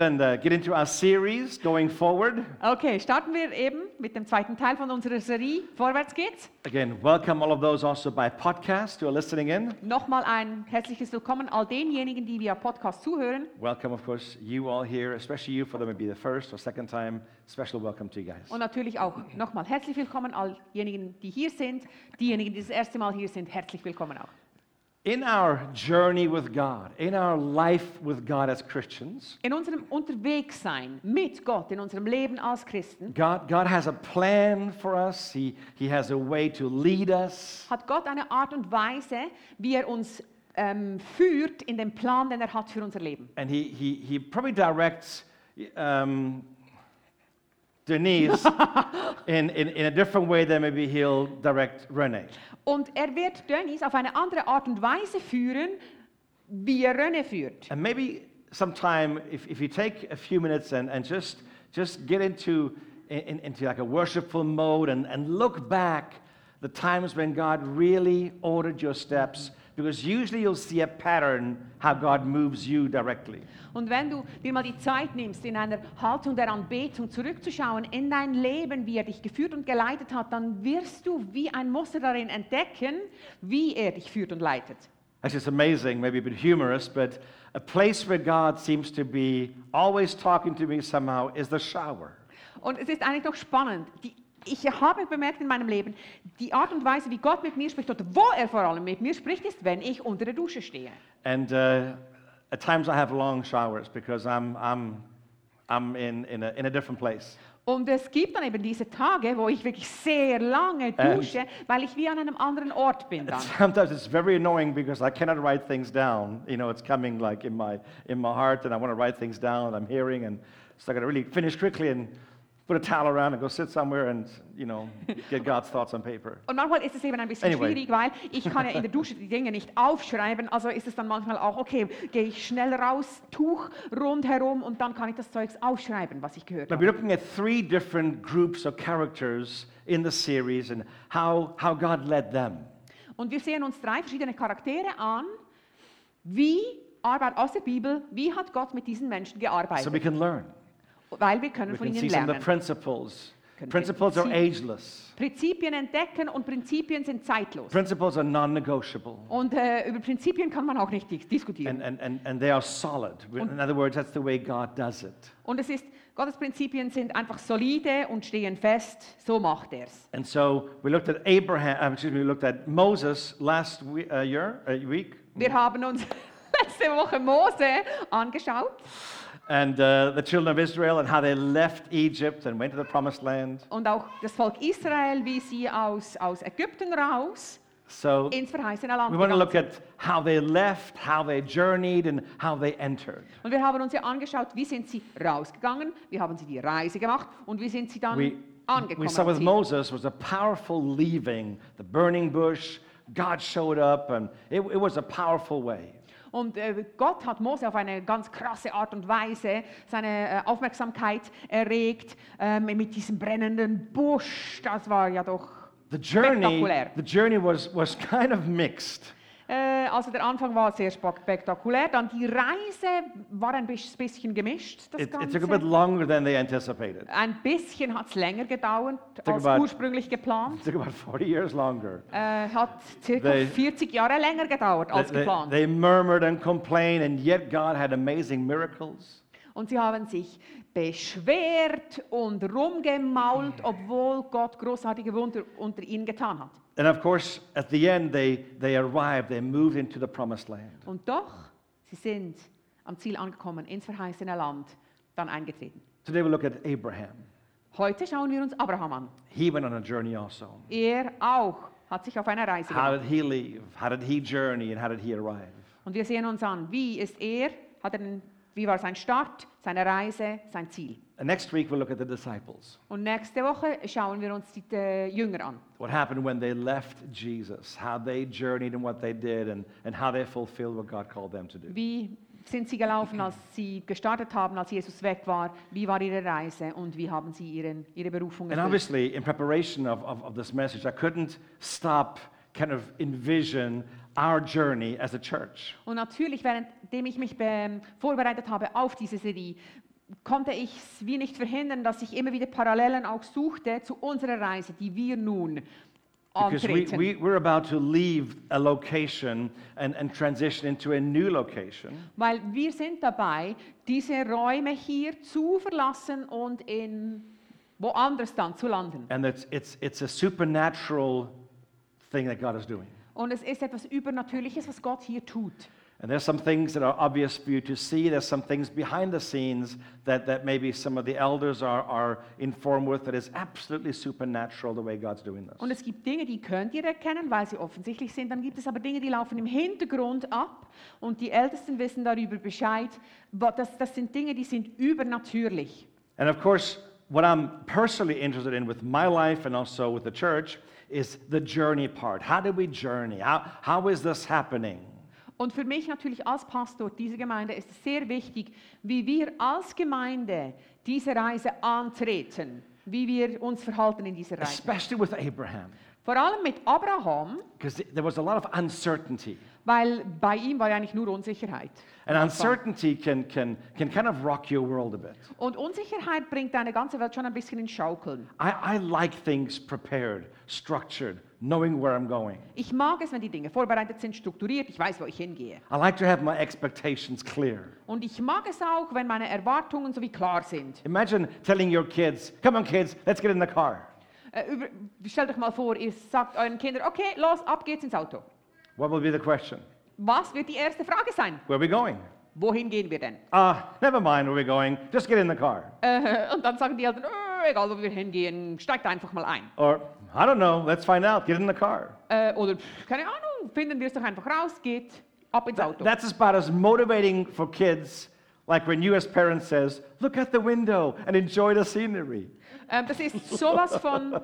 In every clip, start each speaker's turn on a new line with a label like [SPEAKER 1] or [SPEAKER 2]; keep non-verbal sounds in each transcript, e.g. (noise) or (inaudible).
[SPEAKER 1] and uh, get into our series going forward.
[SPEAKER 2] Okay, starten wir eben mit dem zweiten Teil von unserer Serie. Vorwärts geht's.
[SPEAKER 1] Again, welcome all of those also by podcast who are listening in.
[SPEAKER 2] Nochmal ein herzliches Willkommen all denjenigen, die via Podcast zuhören.
[SPEAKER 1] Welcome, of course, you all here, especially you for them maybe the first or second time. Special welcome to you guys.
[SPEAKER 2] Und natürlich auch nochmal herzlich willkommen all diejenigen, die hier sind. Diejenigen, die das erste Mal hier sind, herzlich willkommen auch.
[SPEAKER 1] In our journey with God, in our life with God as Christians,
[SPEAKER 2] In unserem Unterwegssein mit Gott, in unserem Leben als Christen,
[SPEAKER 1] God, God has a plan for us. He, he has a way to lead us.
[SPEAKER 2] hat Gott eine Art und Weise, wie er uns ähm, führt in den Plan, den er hat für unser Leben.
[SPEAKER 1] And he, he, he probably directs um, Denise in, in, in a different way than maybe he'll direct Renee.
[SPEAKER 2] Und er wird Dennis auf eine andere Art und Weise führen, wie er Rönne führt.
[SPEAKER 1] And maybe sometime, if, if you take a few minutes and, and just, just get into, in, into like a worshipful mode and, and look back the times when God really ordered your steps, because usually you'll see a pattern how God moves you directly.
[SPEAKER 2] Und wenn du dir mal die Zeit nimmst, in einer Haltung der Anbetung zurückzuschauen in dein Leben, wie er dich geführt und geleitet hat, dann wirst du wie ein Muster darin entdecken, wie er dich führt und leitet.
[SPEAKER 1] Actually, it's amazing, maybe a bit humorous, but a place where God seems to be always talking to me somehow is the shower.
[SPEAKER 2] Und es ist eigentlich noch spannend. Die, ich habe bemerkt in meinem Leben, die Art und Weise, wie Gott mit mir spricht oder wo er vor allem mit mir spricht, ist, wenn ich unter der Dusche stehe.
[SPEAKER 1] And uh, at times I have long showers because I'm, I'm, I'm in, in, a, in a different place.
[SPEAKER 2] Und es gibt dann eben diese Tage, wo ich wirklich sehr lange
[SPEAKER 1] Ähm.
[SPEAKER 2] dusche, weil ich wie an einem anderen Ort bin dann.
[SPEAKER 1] Sometimes it's very annoying because I cannot write things down. You know, it's coming like in my, in my heart and I want to write things down and I'm hearing and so I got to really finish quickly and put a towel around and go sit somewhere and, you know, get God's thoughts on paper.
[SPEAKER 2] Und manchmal ist es eben ein bisschen
[SPEAKER 1] Anyway.
[SPEAKER 2] schwierig, weil ich kann ja
[SPEAKER 1] (laughs)
[SPEAKER 2] in der Dusche die Dinge nicht aufschreiben. Also ist es dann manchmal auch, okay, gehe ich schnell raus, Tuch rundherum und dann kann ich das Zeugs aufschreiben, was ich gehört
[SPEAKER 1] But we're
[SPEAKER 2] habe.
[SPEAKER 1] looking at three different groups of characters in the series and how, how God led them.
[SPEAKER 2] Und wir sehen uns drei verschiedene Charaktere an. Wie arbeitet aus der Bibel, wie hat Gott mit diesen Menschen
[SPEAKER 1] So
[SPEAKER 2] gearbeitet?
[SPEAKER 1] we can learn.
[SPEAKER 2] weil wir können
[SPEAKER 1] We
[SPEAKER 2] von
[SPEAKER 1] can
[SPEAKER 2] ihnen
[SPEAKER 1] see some of the
[SPEAKER 2] lernen.
[SPEAKER 1] principles.
[SPEAKER 2] Können wir
[SPEAKER 1] Principles are
[SPEAKER 2] sie-
[SPEAKER 1] ageless.
[SPEAKER 2] Prinzipien entdecken und Prinzipien sind zeitlos.
[SPEAKER 1] Principles are non-negotiable.
[SPEAKER 2] Und äh, über Prinzipien kann man auch nicht dis- diskutieren.
[SPEAKER 1] And, and, and, and they are solid. In other words, that's the way God does it.
[SPEAKER 2] und es ist, Gottes Prinzipien sind einfach solide und stehen fest. So macht er es.
[SPEAKER 1] And so we looked at Abraham, uh, excuse me, we looked at Moses last we, uh, year, uh, week.
[SPEAKER 2] Wir haben uns (laughs) letzte Woche Mose angeschaut
[SPEAKER 1] And uh, the children of Israel and how they left Egypt and went to the promised land.
[SPEAKER 2] und auch das Volk Israel, wie sie aus, aus Ägypten raus
[SPEAKER 1] So
[SPEAKER 2] ins verheißene Land
[SPEAKER 1] We want to
[SPEAKER 2] gegangen
[SPEAKER 1] look
[SPEAKER 2] sind.
[SPEAKER 1] at how they left, how they journeyed, and how they entered.
[SPEAKER 2] Und wir haben uns ja angeschaut, wie sind sie rausgegangen, wie haben sie die Reise gemacht und wie sind sie dann
[SPEAKER 1] We, we
[SPEAKER 2] angekommen.
[SPEAKER 1] saw
[SPEAKER 2] am
[SPEAKER 1] with
[SPEAKER 2] Ziel.
[SPEAKER 1] Moses was a powerful leaving, the burning bush. God showed up, and it, it was a powerful way.
[SPEAKER 2] Und äh, Gott hat Mose auf eine ganz krasse Art und Weise seine äh, Aufmerksamkeit erregt ähm, mit diesem brennenden Busch. Das war ja doch.
[SPEAKER 1] The journey,
[SPEAKER 2] Spektakulär.
[SPEAKER 1] the journey was, was (laughs) kind of mixed.
[SPEAKER 2] Äh, also der Anfang war sehr spek- spektakulär, dann die Reise war ein bisch- bisschen gemischt. Das
[SPEAKER 1] It, it
[SPEAKER 2] Ganze.
[SPEAKER 1] took a bit longer than they anticipated.
[SPEAKER 2] ein bisschen hat es länger gedauert
[SPEAKER 1] Took
[SPEAKER 2] als
[SPEAKER 1] about-
[SPEAKER 2] ursprünglich geplant.
[SPEAKER 1] It (laughs) took about 40 years longer.
[SPEAKER 2] Äh, hat circa
[SPEAKER 1] They-
[SPEAKER 2] 40 Jahre länger gedauert als
[SPEAKER 1] They-
[SPEAKER 2] geplant.
[SPEAKER 1] they murmured and complained, and yet God had amazing miracles.
[SPEAKER 2] Und sie haben sich beschwert und rumgemault, obwohl Gott großartige Wunder unter ihnen getan hat.
[SPEAKER 1] And of course, at the end, they, they arrived, they moved into the promised land.
[SPEAKER 2] Und doch, sie sind am Ziel angekommen, ins verheißene Land, dann eingetreten.
[SPEAKER 1] Today we look at Abraham.
[SPEAKER 2] Heute schauen wir uns Abraham an.
[SPEAKER 1] He went on a journey also.
[SPEAKER 2] Er auch hat sich auf eine Reise
[SPEAKER 1] How
[SPEAKER 2] gemacht.
[SPEAKER 1] did he leave? How did he journey and how did he arrive?
[SPEAKER 2] Und wir sehen uns an, wie ist er, hat er den, wie war sein Start, seine Reise, sein Ziel.
[SPEAKER 1] And next week we'll look at the disciples.
[SPEAKER 2] Und nächste Woche schauen wir uns die äh, Jünger an.
[SPEAKER 1] What happened when they left Jesus, how they journeyed and what they did, and, and how they fulfilled what God called them to do.
[SPEAKER 2] Wie sind sie gelaufen, als sie gestartet haben, als Jesus weg war? Wie war ihre Reise und wie haben sie ihren, ihre Berufung
[SPEAKER 1] And
[SPEAKER 2] erfüllt?
[SPEAKER 1] obviously, in preparation of, of, of this message, I couldn't stop kind of envision our journey as a church.
[SPEAKER 2] Und natürlich, währenddem ich mich ähm, vorbereitet habe auf diese Serie, konnte ich es wie nicht verhindern, dass ich immer wieder Parallelen auch suchte zu unserer Reise, die wir nun Oh,
[SPEAKER 1] Because we,
[SPEAKER 2] antreten.
[SPEAKER 1] we, we're about to leave a location and, and transition into a new location.
[SPEAKER 2] Weil wir sind dabei, diese Räume hier zu verlassen und in woanders dann zu landen.
[SPEAKER 1] And it's, it's, it's a supernatural thing that God is doing.
[SPEAKER 2] Und es ist etwas Übernatürliches, was Gott hier tut.
[SPEAKER 1] And there's some things that are obvious for you to see. There's some things behind the scenes that, that maybe some of the elders are, are informed with that is absolutely supernatural the way God's doing this.
[SPEAKER 2] Und es gibt Dinge, die könnt ihr erkennen, weil sie offensichtlich sind. Dann gibt es aber Dinge, die laufen im Hintergrund ab. Und die Ältesten wissen darüber Bescheid. Wa- Das, das sind Dinge, die sind übernatürlich.
[SPEAKER 1] And of course, what I'm personally interested in with my life and also with the church is the journey part. How do we journey? How, how is this happening?
[SPEAKER 2] Und für mich natürlich als Pastor dieser Gemeinde ist es sehr wichtig, wie wir als Gemeinde diese Reise antreten, wie wir uns verhalten in dieser Reise.
[SPEAKER 1] Especially with Abraham,
[SPEAKER 2] Vor allem mit Abraham,
[SPEAKER 1] because there was a lot of uncertainty.
[SPEAKER 2] weil bei ihm war ja eigentlich nur Unsicherheit.
[SPEAKER 1] And uncertainty can, can, can kind of rock your world a bit.
[SPEAKER 2] Und Unsicherheit bringt deine ganze Welt schon ein bisschen ins Schaukeln.
[SPEAKER 1] I, I like things prepared, structured, knowing where I'm going.
[SPEAKER 2] Ich mag es, wenn die Dinge vorbereitet sind, strukturiert, ich weiß, wo ich hingehe.
[SPEAKER 1] I like to have my expectations clear.
[SPEAKER 2] Und ich mag es auch, wenn meine Erwartungen so wie klar sind.
[SPEAKER 1] Imagine telling your kids, come on, kids, let's get in the car.
[SPEAKER 2] Äh, über, stellt euch mal vor, ihr sagt euren Kindern, okay, los, ab geht's ins Auto.
[SPEAKER 1] What will be the question?
[SPEAKER 2] Was wird die erste Frage sein?
[SPEAKER 1] Where are we going?
[SPEAKER 2] Wohin gehen wir denn?
[SPEAKER 1] Uh, never mind where we're going, just get in the car.
[SPEAKER 2] Äh, und dann sagen die Eltern, äh, egal wo wir hingehen, steigt einfach mal ein.
[SPEAKER 1] Or, I don't know, let's find out, get in the car.
[SPEAKER 2] Äh, oder pff, keine Ahnung, finden wir es doch einfach raus, geht ab ins Auto.
[SPEAKER 1] That's about as motivating for kids like when you as parents says, look out the window and enjoy the scenery.
[SPEAKER 2] Ähm, das ist sowas von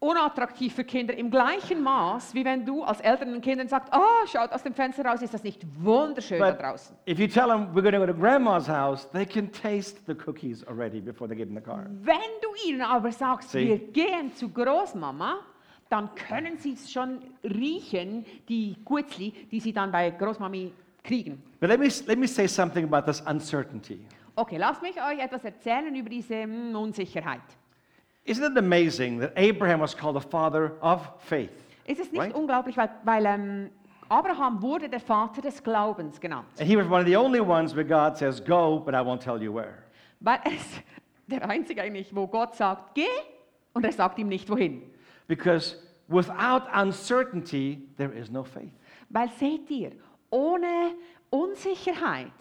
[SPEAKER 2] unattraktiv für Kinder im gleichen Maß, wie wenn du als Eltern den Kindern sagst, ah, schaut aus dem Fenster raus, ist das nicht wunderschön da
[SPEAKER 1] But
[SPEAKER 2] draußen.
[SPEAKER 1] if you tell them we're going to go to grandma's house, they can taste the cookies already before they get in the car.
[SPEAKER 2] Wenn du ihnen aber sagst,
[SPEAKER 1] See.
[SPEAKER 2] wir gehen zu Großmama, dann können sie es schon riechen, die Gutzli, die sie dann bei Großmami kriegen.
[SPEAKER 1] But let me, let me say something about this uncertainty.
[SPEAKER 2] Okay, lasst mich euch etwas erzählen über diese mm, Unsicherheit.
[SPEAKER 1] Isn't it amazing that Abraham was called the father of faith?
[SPEAKER 2] Es ist nicht
[SPEAKER 1] Right.
[SPEAKER 2] unglaublich, weil, weil ähm, Abraham wurde der Vater des Glaubens genannt.
[SPEAKER 1] And he was one of the only ones where God says, go, but I won't tell you where.
[SPEAKER 2] Weil (laughs) er ist der Einzige eigentlich, wo Gott sagt, geh und er sagt ihm nicht wohin.
[SPEAKER 1] Because without uncertainty, there is no faith.
[SPEAKER 2] Weil seht ihr, ohne Unsicherheit,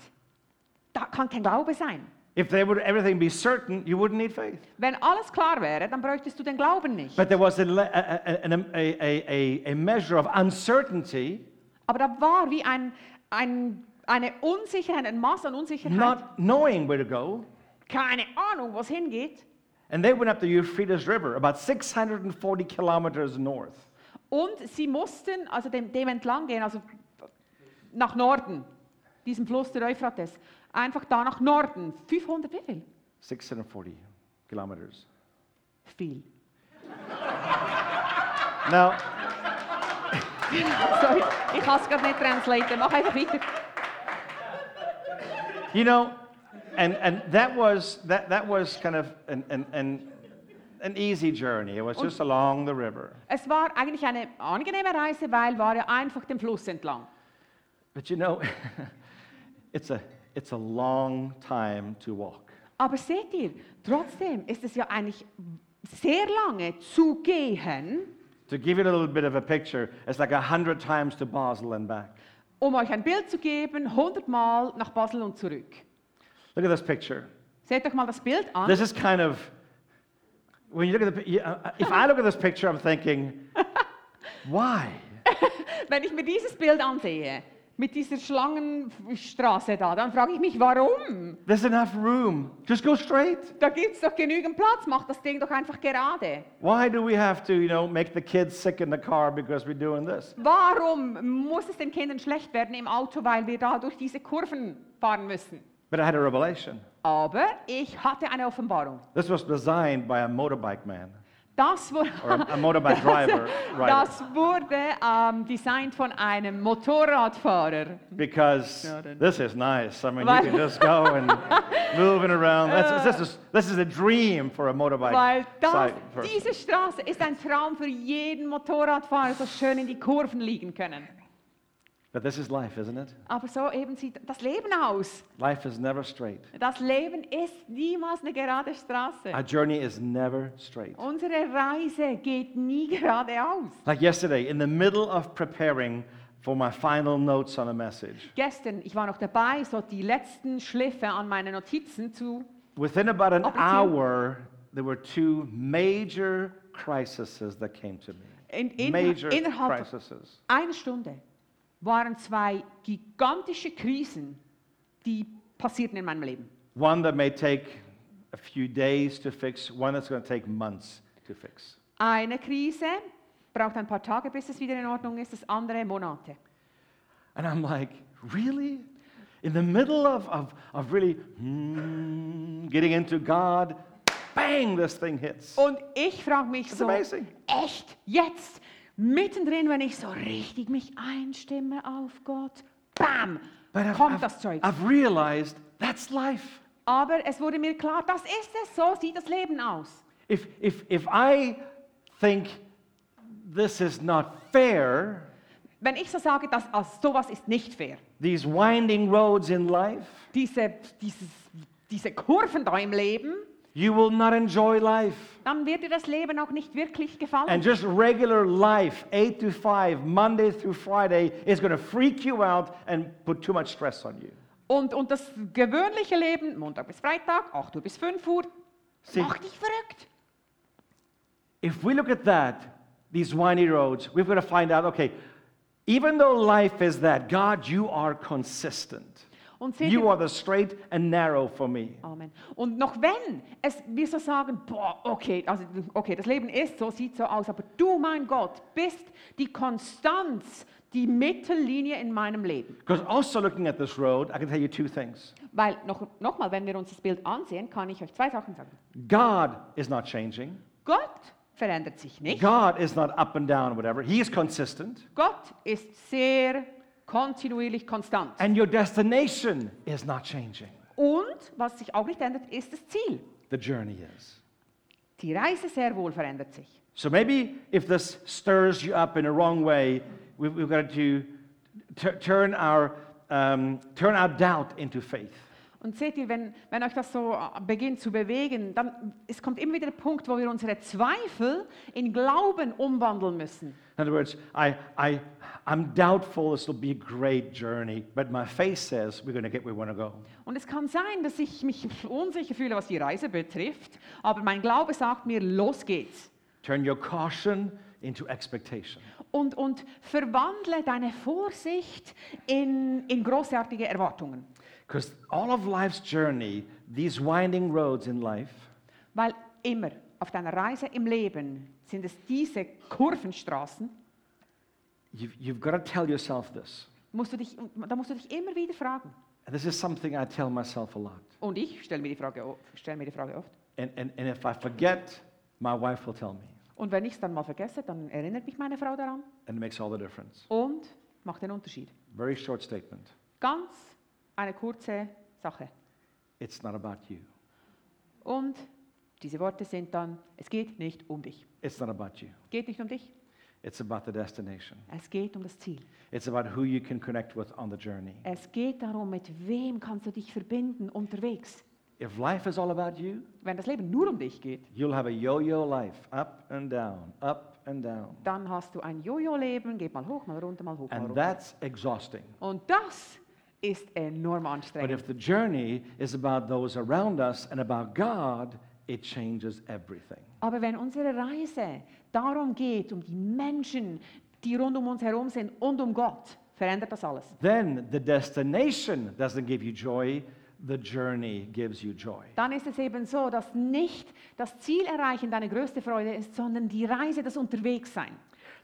[SPEAKER 2] da kann kein Glaube sein.
[SPEAKER 1] If there would everything be certain, you wouldn't need faith.
[SPEAKER 2] Wenn alles klar wäre, dann bräuchtest du den Glauben nicht.
[SPEAKER 1] But there was a, le- a, a, an- a, a, a, a measure of uncertainty,
[SPEAKER 2] Aber da war wie ein, ein, eine Unsicherheit, ein Maß an Unsicherheit,
[SPEAKER 1] not knowing where to go.
[SPEAKER 2] keine Ahnung, wo es hingeht.
[SPEAKER 1] And they went up the Euphrates River, about 640 kilometers north.
[SPEAKER 2] Und sie mussten also dem, dem entlang gehen, also nach Norden, diesem Fluss der Euphrates. Einfach da nach Norden. 500 wie viel?
[SPEAKER 1] 640 kilometers.
[SPEAKER 2] Viel.
[SPEAKER 1] Now,
[SPEAKER 2] Sorry, ich kann es gerade nicht translaten. Mach einfach weiter.
[SPEAKER 1] you know, and, and that, was, that, that was kind of an, an, an, an easy journey. It was just along the river.
[SPEAKER 2] Es war eigentlich eine angenehme Reise, weil war ja einfach dem Fluss entlang.
[SPEAKER 1] But you know, (laughs) it's a, it's a long time to walk.
[SPEAKER 2] Aber seht ihr, trotzdem ist es ja eigentlich sehr lange zu gehen.
[SPEAKER 1] To give you a little bit of a picture, it's like a hundred times to Basel and back.
[SPEAKER 2] Um euch ein Bild zu geben, 100 Mal nach Basel und zurück.
[SPEAKER 1] Look at this picture.
[SPEAKER 2] Seht euch mal das Bild an.
[SPEAKER 1] This is kind of, when you look at the, pi- you- uh, uh, if I look at this picture, I'm thinking, (laughs) why?
[SPEAKER 2] Wenn ich mir dieses Bild ansehe, mit dieser Schlangenstraße da, dann frage ich mich, warum?
[SPEAKER 1] There's enough room. Just go straight.
[SPEAKER 2] Da gibt es doch genügend Platz, macht das Ding doch einfach gerade.
[SPEAKER 1] Why do we have to, you know, make the kids sick in the car because we're doing this?
[SPEAKER 2] Warum muss es den Kindern schlecht werden im Auto, weil wir da durch diese Kurven fahren müssen?
[SPEAKER 1] But I had a revelation.
[SPEAKER 2] Aber ich hatte eine Offenbarung.
[SPEAKER 1] This was designed by a motorbike man.
[SPEAKER 2] Das, wo,
[SPEAKER 1] or
[SPEAKER 2] (laughs)
[SPEAKER 1] a, a motorbike driver, right?
[SPEAKER 2] das wurde ähm, designt von einem Motorradfahrer.
[SPEAKER 1] Because
[SPEAKER 2] Jordan.
[SPEAKER 1] this is nice. I mean,
[SPEAKER 2] Weil-
[SPEAKER 1] you can just go
[SPEAKER 2] (laughs)
[SPEAKER 1] and moving around.
[SPEAKER 2] Uh.
[SPEAKER 1] That's, this, is, this is a dream for a motorbike
[SPEAKER 2] Weil das,
[SPEAKER 1] side person.
[SPEAKER 2] diese Straße ist ein Traum für jeden Motorradfahrer, so schön in die Kurven liegen können.
[SPEAKER 1] But this is life, isn't it?
[SPEAKER 2] Aber so eben sieht das Leben aus.
[SPEAKER 1] Life is never straight.
[SPEAKER 2] Das Leben ist niemals eine gerade Straße.
[SPEAKER 1] Our journey is never straight.
[SPEAKER 2] Unsere Reise geht nie geradeaus.
[SPEAKER 1] Like yesterday, in the middle of preparing for my final notes on a message,
[SPEAKER 2] Gestern, ich war noch dabei, so die letzten Schliffe an meine Notizen zu.
[SPEAKER 1] within about an
[SPEAKER 2] Up to you.
[SPEAKER 1] hour, there were two major crises that came to me.
[SPEAKER 2] In, in,
[SPEAKER 1] major
[SPEAKER 2] innerhalb von
[SPEAKER 1] crises.
[SPEAKER 2] einer Stunde waren zwei gigantische Krisen, die passierten in meinem Leben.
[SPEAKER 1] One that may take a few days to fix, one that's going to take months to fix.
[SPEAKER 2] Eine Krise braucht ein paar Tage, bis es wieder in Ordnung ist, das andere Monate.
[SPEAKER 1] And I'm like, really? In the middle of, of, of really hmm, getting into God, bang, this thing hits.
[SPEAKER 2] Und ich frage mich so,
[SPEAKER 1] amazing.
[SPEAKER 2] echt, jetzt, mittendrin, wenn ich so richtig mich einstimme auf Gott, bam, kommt das Zeug.
[SPEAKER 1] I've realized that's life.
[SPEAKER 2] Aber es wurde mir klar, das ist es, so sieht das Leben aus.
[SPEAKER 1] If, if, if I think this is not fair,
[SPEAKER 2] Wenn ich so sage, dass also sowas ist nicht fair,
[SPEAKER 1] these winding roads in life,
[SPEAKER 2] diese, dieses, diese Kurven da im Leben,
[SPEAKER 1] you will not enjoy life.
[SPEAKER 2] dann wird dir das Leben auch nicht wirklich
[SPEAKER 1] And
[SPEAKER 2] gefallen.
[SPEAKER 1] just regular life, 8 to 5, Monday through Friday, is going to freak you out and put too much stress on you.
[SPEAKER 2] Und, und das gewöhnliche Leben, Montag bis Freitag, 8 Uhr bis 5 Uhr,
[SPEAKER 1] Sie-
[SPEAKER 2] macht dich verrückt.
[SPEAKER 1] If we look at that, these windy roads, we're going to find out okay, even though life is that, God, you are consistent.
[SPEAKER 2] Und seht
[SPEAKER 1] You
[SPEAKER 2] ihr,
[SPEAKER 1] are the straight and narrow for me.
[SPEAKER 2] Amen. Und noch wenn es, wir so sagen, boah, okay, also, okay, das Leben ist so, sieht so aus, aber du, mein Gott, bist die Konstanz, die Mittellinie in meinem Leben.
[SPEAKER 1] Because also looking at this road, I can tell you two things
[SPEAKER 2] Weil, noch, noch mal, wenn wir uns das Bild ansehen, kann ich euch zwei Sachen sagen.
[SPEAKER 1] God is not changing,
[SPEAKER 2] Gott verändert sich nicht.
[SPEAKER 1] God is not up and down, whatever. He is consistent.
[SPEAKER 2] Gott ist sehr kontinuierlich konstant.
[SPEAKER 1] And your destination is not changing,
[SPEAKER 2] Und was sich auch nicht ändert, ist das Ziel.
[SPEAKER 1] the journey is.
[SPEAKER 2] Die Reise sehr wohl verändert sich.
[SPEAKER 1] So maybe if this stirs you up in a wrong way, we've, we've got to tu- turn, our, um, turn our doubt into faith.
[SPEAKER 2] Und seht ihr, wenn, wenn euch das so äh, beginnt zu bewegen, dann es kommt immer wieder der Punkt, wo wir unsere Zweifel in Glauben umwandeln müssen.
[SPEAKER 1] In other words, I, I, I'm doubtful this will be a great journey, but my faith says we're going to get where we want to go.
[SPEAKER 2] Und es kann sein, dass ich mich unsicher fühle, was die Reise betrifft, aber mein Glaube sagt mir, los geht's.
[SPEAKER 1] Turn your caution into expectation.
[SPEAKER 2] und, und verwandle deine Vorsicht in, in großartige Erwartungen.
[SPEAKER 1] Because all of life's journey, these winding roads in life,
[SPEAKER 2] Weil immer auf deiner Reise im Leben sind es diese Kurvenstraßen,
[SPEAKER 1] you've, you've got to tell yourself this.
[SPEAKER 2] musst du dich, da musst du dich immer wieder fragen.
[SPEAKER 1] And this is something I tell myself a lot.
[SPEAKER 2] Und ich stelle mir, die Frage o- stell mir die Frage oft.
[SPEAKER 1] And, and, and if I forget, my wife will tell me.
[SPEAKER 2] Und wenn ich es dann mal vergesse, dann erinnert mich meine Frau daran
[SPEAKER 1] and it makes all the difference.
[SPEAKER 2] und macht den Unterschied.
[SPEAKER 1] Very short statement.
[SPEAKER 2] Ganz eine kurze Sache.
[SPEAKER 1] It's not about you.
[SPEAKER 2] Und diese Worte sind dann, es geht nicht um dich.
[SPEAKER 1] It's not about you.
[SPEAKER 2] Es geht nicht um dich,
[SPEAKER 1] It's about the destination.
[SPEAKER 2] es geht um das Ziel.
[SPEAKER 1] It's about who you can connect with on the journey.
[SPEAKER 2] Es geht darum, mit wem kannst du dich verbinden unterwegs.
[SPEAKER 1] If life is all about you,
[SPEAKER 2] Wenn das Leben nur um dich geht,
[SPEAKER 1] you'll have a yo yo life up and down, up and down.
[SPEAKER 2] dann hast du ein Jojo-Leben, geht mal hoch, mal runter, mal hoch, mal
[SPEAKER 1] And
[SPEAKER 2] runter.
[SPEAKER 1] that's exhausting.
[SPEAKER 2] Und das ist enorm
[SPEAKER 1] But
[SPEAKER 2] anstrengend.
[SPEAKER 1] if the journey is about those around us and about God, it changes everything.
[SPEAKER 2] Aber wenn unsere Reise darum geht, um die Menschen, die rund um uns herum sind und um Gott, verändert das alles.
[SPEAKER 1] Then the destination doesn't give you joy, the journey gives you joy.
[SPEAKER 2] Dann ist es eben so, dass nicht das Ziel erreichen deine größte Freude ist, sondern die Reise, das Unterwegssein.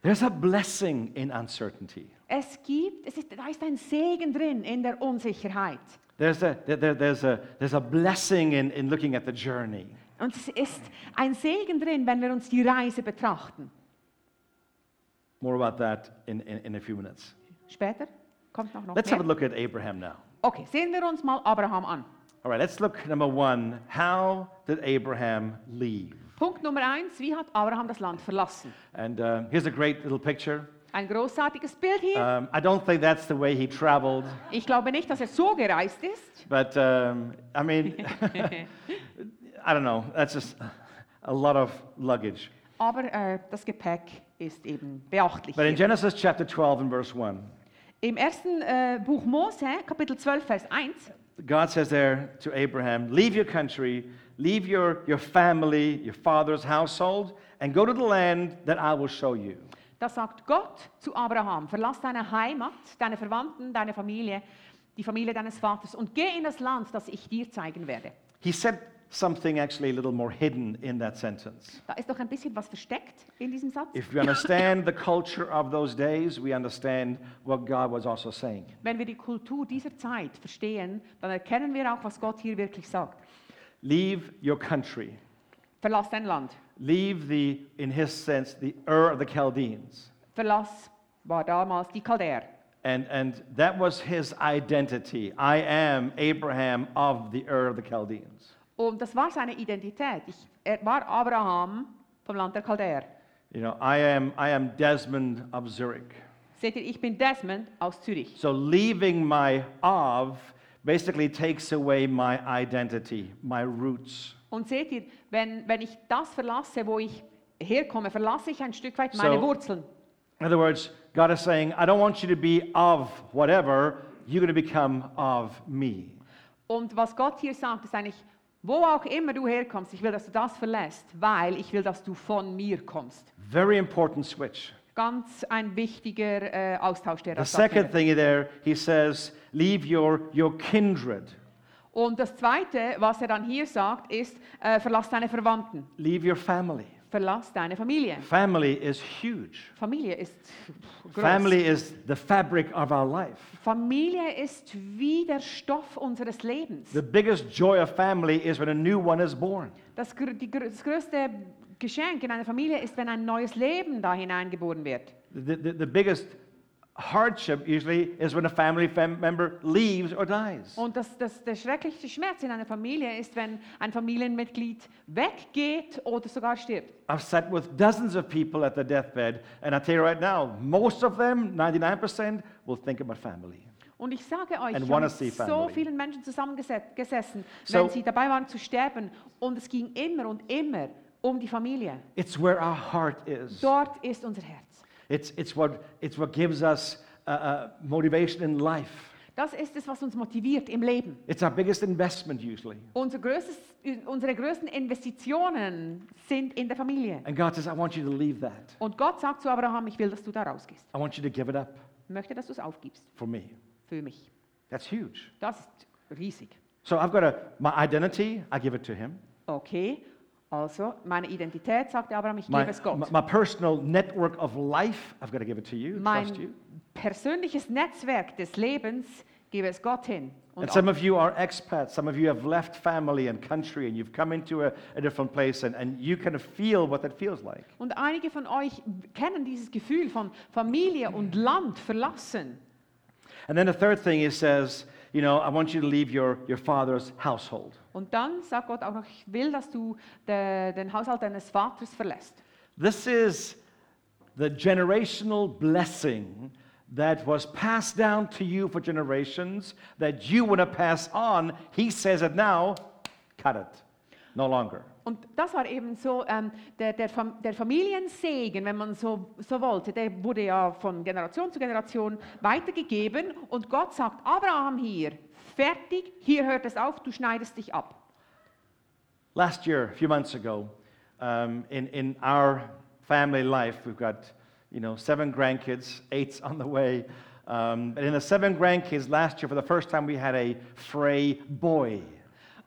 [SPEAKER 1] There's a blessing in uncertainty.
[SPEAKER 2] Es gibt, es ist, da ist ein Segen drin in der Unsicherheit.
[SPEAKER 1] There's a, there- there- there's a, there's a blessing in, in looking at the journey.
[SPEAKER 2] Und es ist ein Segen drin, wenn wir uns die Reise betrachten.
[SPEAKER 1] More about that in, in, in a few minutes.
[SPEAKER 2] Später kommt noch, noch
[SPEAKER 1] Let's have a
[SPEAKER 2] mehr.
[SPEAKER 1] look at Abraham now.
[SPEAKER 2] Okay, sehen wir uns mal Abraham an.
[SPEAKER 1] All right, let's look number one. How did Abraham leave?
[SPEAKER 2] Punkt Nummer eins, wie hat Abraham das Land verlassen?
[SPEAKER 1] And um, here's a great little picture.
[SPEAKER 2] Ein großartiges Bild hier.
[SPEAKER 1] Um, I don't think that's the way he traveled,
[SPEAKER 2] Ich glaube nicht, dass er so gereist ist.
[SPEAKER 1] but um, I mean, (laughs) I don't know. That's just a lot of luggage.
[SPEAKER 2] Aber äh, das Gepäck ist eben beachtlich.
[SPEAKER 1] But in
[SPEAKER 2] Hier.
[SPEAKER 1] Genesis chapter 12 and verse 1,
[SPEAKER 2] Im ersten äh, Buch Mose, Kapitel 12, Vers 1,
[SPEAKER 1] God says there to Abraham, Leave your country, leave your, your family, your father's household, and go to the land that I will show you.
[SPEAKER 2] da sagt Gott zu Abraham, verlass deine Heimat, deine Verwandten, deine Familie, die Familie deines Vaters und geh in das Land, das ich dir zeigen werde.
[SPEAKER 1] He said something actually a little more hidden in that sentence.
[SPEAKER 2] Da ist doch ein bisschen was versteckt in diesem Satz.
[SPEAKER 1] If we understand the culture of those days, we understand what God was also saying.
[SPEAKER 2] Wenn wir die Kultur dieser Zeit verstehen, dann erkennen wir auch, was Gott hier wirklich sagt.
[SPEAKER 1] Leave your country.
[SPEAKER 2] Verlass dein Land.
[SPEAKER 1] Leave the, in his sense, the Ur of the Chaldeans.
[SPEAKER 2] Verlass war damals die Chaldäer.
[SPEAKER 1] And, and that was his identity. I am Abraham of the Ur of the Chaldeans.
[SPEAKER 2] Und das war seine Identität. Ich, er war Abraham vom Land der Chaldäer.
[SPEAKER 1] You know, I am, I am Desmond of Zurich.
[SPEAKER 2] Seht ihr, ich bin Desmond aus Zürich.
[SPEAKER 1] So leaving my of basically takes away my identity, my roots.
[SPEAKER 2] Und seht ihr, wenn, wenn ich das verlasse, wo ich herkomme, verlasse ich ein Stück weit
[SPEAKER 1] So-
[SPEAKER 2] meine Wurzeln.
[SPEAKER 1] In other words, God is saying, I don't want you to be of whatever, you're going to become of me.
[SPEAKER 2] Und was Gott hier sagt, ist eigentlich, wo auch immer du herkommst, ich will, dass du das verlässt, weil ich will, dass du von mir kommst.
[SPEAKER 1] Very important switch.
[SPEAKER 2] Ganz ein wichtiger äh, Austausch, der
[SPEAKER 1] The
[SPEAKER 2] da
[SPEAKER 1] second
[SPEAKER 2] stattfindet.
[SPEAKER 1] thing there, he says, leave your, your kindred,
[SPEAKER 2] Und das Zweite, was er dann hier sagt, ist, äh, verlass deine Verwandten,
[SPEAKER 1] leave your family.
[SPEAKER 2] verlass deine Familie.
[SPEAKER 1] Family is huge.
[SPEAKER 2] Familie ist groß.
[SPEAKER 1] Family is the fabric of our life.
[SPEAKER 2] Familie ist wie der Stoff unseres Lebens.
[SPEAKER 1] The biggest joy of family is when a new one is born.
[SPEAKER 2] Das, gr- die, gr- das größte Geschenk in einer Familie ist, wenn ein neues Leben da hineingeboren wird.
[SPEAKER 1] The, the, the biggest hardship usually is when a family fam- member leaves or dies.
[SPEAKER 2] Und das, das, der schrecklichste Schmerz in einer Familie ist, wenn ein Familienmitglied weggeht oder sogar stirbt.
[SPEAKER 1] I've sat with dozens of people at the deathbed, and I tell you right now, most of them, 99%, will think about family.
[SPEAKER 2] Und ich sage euch,
[SPEAKER 1] And
[SPEAKER 2] ich
[SPEAKER 1] wanna
[SPEAKER 2] habe mit
[SPEAKER 1] see
[SPEAKER 2] so
[SPEAKER 1] family.
[SPEAKER 2] vielen Menschen zusammengesessen,
[SPEAKER 1] So-
[SPEAKER 2] wenn sie dabei waren zu sterben. Und es ging immer und immer um die Familie.
[SPEAKER 1] It's where our heart is.
[SPEAKER 2] Dort ist unser Herz.
[SPEAKER 1] It's, it's, what, it's what gives us uh, uh, motivation in life.
[SPEAKER 2] Das ist es, was uns motiviert im Leben.
[SPEAKER 1] It's our biggest investment usually.
[SPEAKER 2] Unser größtes, unsere größten Investitionen sind in der Familie.
[SPEAKER 1] And God says, I want you to leave that.
[SPEAKER 2] Und Gott sagt zu Abraham, ich will, dass du da rausgehst.
[SPEAKER 1] I want you to give it up
[SPEAKER 2] Ich möchte, dass du es aufgibst
[SPEAKER 1] for me.
[SPEAKER 2] für mich.
[SPEAKER 1] That's huge.
[SPEAKER 2] Das ist riesig.
[SPEAKER 1] So I've got a, my identity, I give it to Him.
[SPEAKER 2] Okay, also meine Identität, sagte Abraham, ich
[SPEAKER 1] My,
[SPEAKER 2] gebe es Gott.
[SPEAKER 1] my- my personal network of life, I've got to give it to you, trust you.
[SPEAKER 2] mein persönliches Netzwerk des Lebens gebe es Gott hin. Und
[SPEAKER 1] And some of you are expats. Some of you have left family and country and you've come into a, a different place and, and you kind of feel what that feels like.
[SPEAKER 2] Und einige von euch kennen dieses Gefühl von Familie und Land verlassen.
[SPEAKER 1] And then the third thing he says, you know, I want you to leave your, your father's household.
[SPEAKER 2] Und dann sagt Gott auch noch, ich will, dass du de, den Haushalt deines Vaters verlässt.
[SPEAKER 1] This is the generational blessing that was passed down to you for generations that you want to pass on. He says it now, cut it, no longer.
[SPEAKER 2] Und das war eben so ähm, der, der, Fam der Familiensegen, wenn man so, so wollte, der wurde ja von Generation zu Generation weitergegeben. Und Gott sagt, Abraham hier, fertig, hier hört es auf, du schneidest dich ab.
[SPEAKER 1] Last year, a few months ago, um, in, in our family life, we've got, you know, seven grandkids, eight's on the way. Um, and in the seven grandkids last year, for the first time, we had a Frey boy.